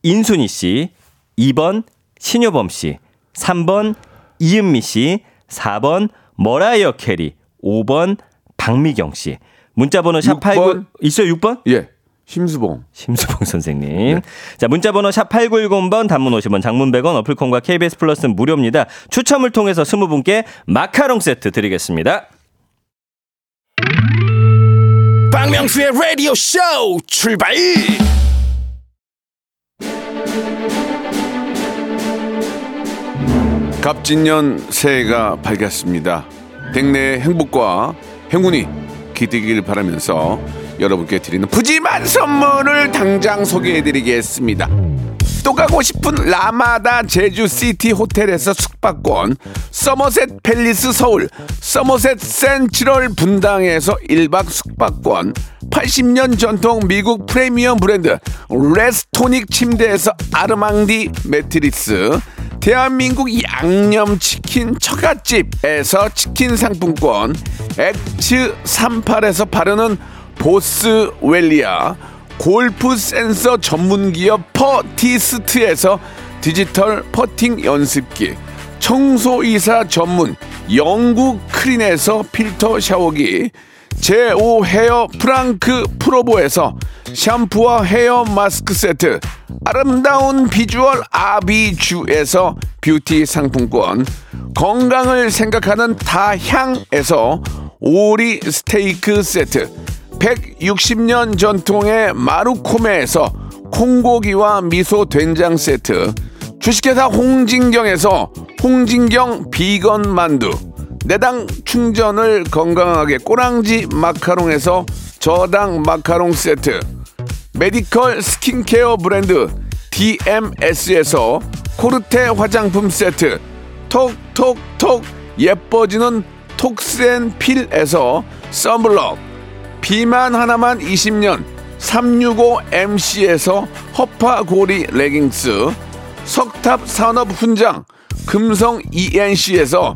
Speaker 5: 인순이 씨, 2번 신효범 씨, 3번 이은미 씨, 4번 머라이어 캐리, 5번 박미경 씨. 문자 번호 샵
Speaker 3: 육 번.
Speaker 5: 89 있어요, 6번?
Speaker 3: 예. 심수봉.
Speaker 5: 심수봉 선생님.
Speaker 3: 네.
Speaker 5: 자, 문자 번호 샵 8910번 단문 50원, 장문 100원, 어플콘과 KBS 플러스는 무료입니다. 추첨을 통해서 20분께 마카롱 세트 드리겠습니다.
Speaker 1: 박명수의 라디오 쇼 출발!
Speaker 3: 갑진년 새해가 밝았습니다. 댁내의 행복과 행운이 기대길 바라면서 여러분께 드리는 푸짐한 선물을 당장 소개해드리겠습니다. 또 가고 싶은 라마다 제주시티 호텔에서 숙박권, 서머셋 팰리스 서울, 서머셋 센트럴 분당에서 1박 숙박권, 80년 전통 미국 프리미엄 브랜드 레스토닉 침대에서 아르망디 매트리스, 대한민국 양념치킨 처갓집에서 치킨 상품권 엑츠 38에서 바르는 보스웰리아 골프 센서 전문기업 퍼티스트에서 디지털 퍼팅 연습기 청소이사 전문 영국 크린에서 필터 샤워기 제5 헤어 프랑크 프로보에서 샴푸와 헤어 마스크 세트 아름다운 비주얼 아비주에서 뷰티 상품권 건강을 생각하는 다향에서 오리 스테이크 세트 160년 전통의 마루코메에서 콩고기와 미소 된장 세트 주식회사 홍진경에서 홍진경 비건 만두 내당 충전을 건강하게 꼬랑지 마카롱에서 저당 마카롱 세트 메디컬 스킨케어 브랜드 DMS에서 코르테 화장품 세트 톡톡톡 예뻐지는 톡센필에서 썬블럭 비만 하나만 20년 365MC에서 허파고리 레깅스 석탑 산업 훈장 금성 ENC에서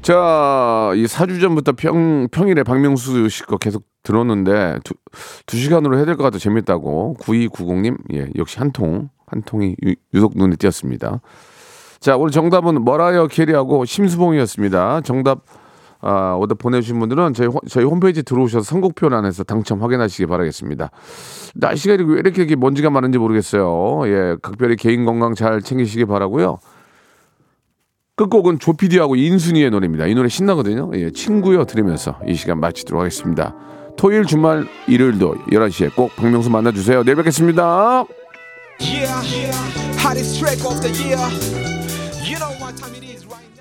Speaker 3: 자, 이 4주 전부터 평, 평일에 박명수 씨 거 계속 들었는데 두, 두 시간으로 해야 될 것 같아 재밌다고 9290님 예, 역시 한 통, 한 통이 유, 유독 눈에 띄었습니다. 자, 오늘 정답은 머라이어 캐리하고 심수봉이었습니다. 정답 아, 오다 보내주신 분들은 저희, 호- 저희 홈페이지 들어오셔서 선곡표란에서 당첨 확인하시기 바라겠습니다. 날씨가 이렇게 왜 이렇게 먼지가 많은지 모르겠어요. 예, 각별히 개인 건강 잘 챙기시기 바라고요. 끝곡은 조피디하고 인순이의 노래입니다. 이 노래 신나거든요. 예, 친구여 들으면서 이 시간 마치도록 하겠습니다. 토요일, 주말, 일요일도 11시에 꼭 박명수 만나주세요. 내일 뵙겠습니다.
Speaker 4: Yeah, hottest track of the year. You know what time it is right now.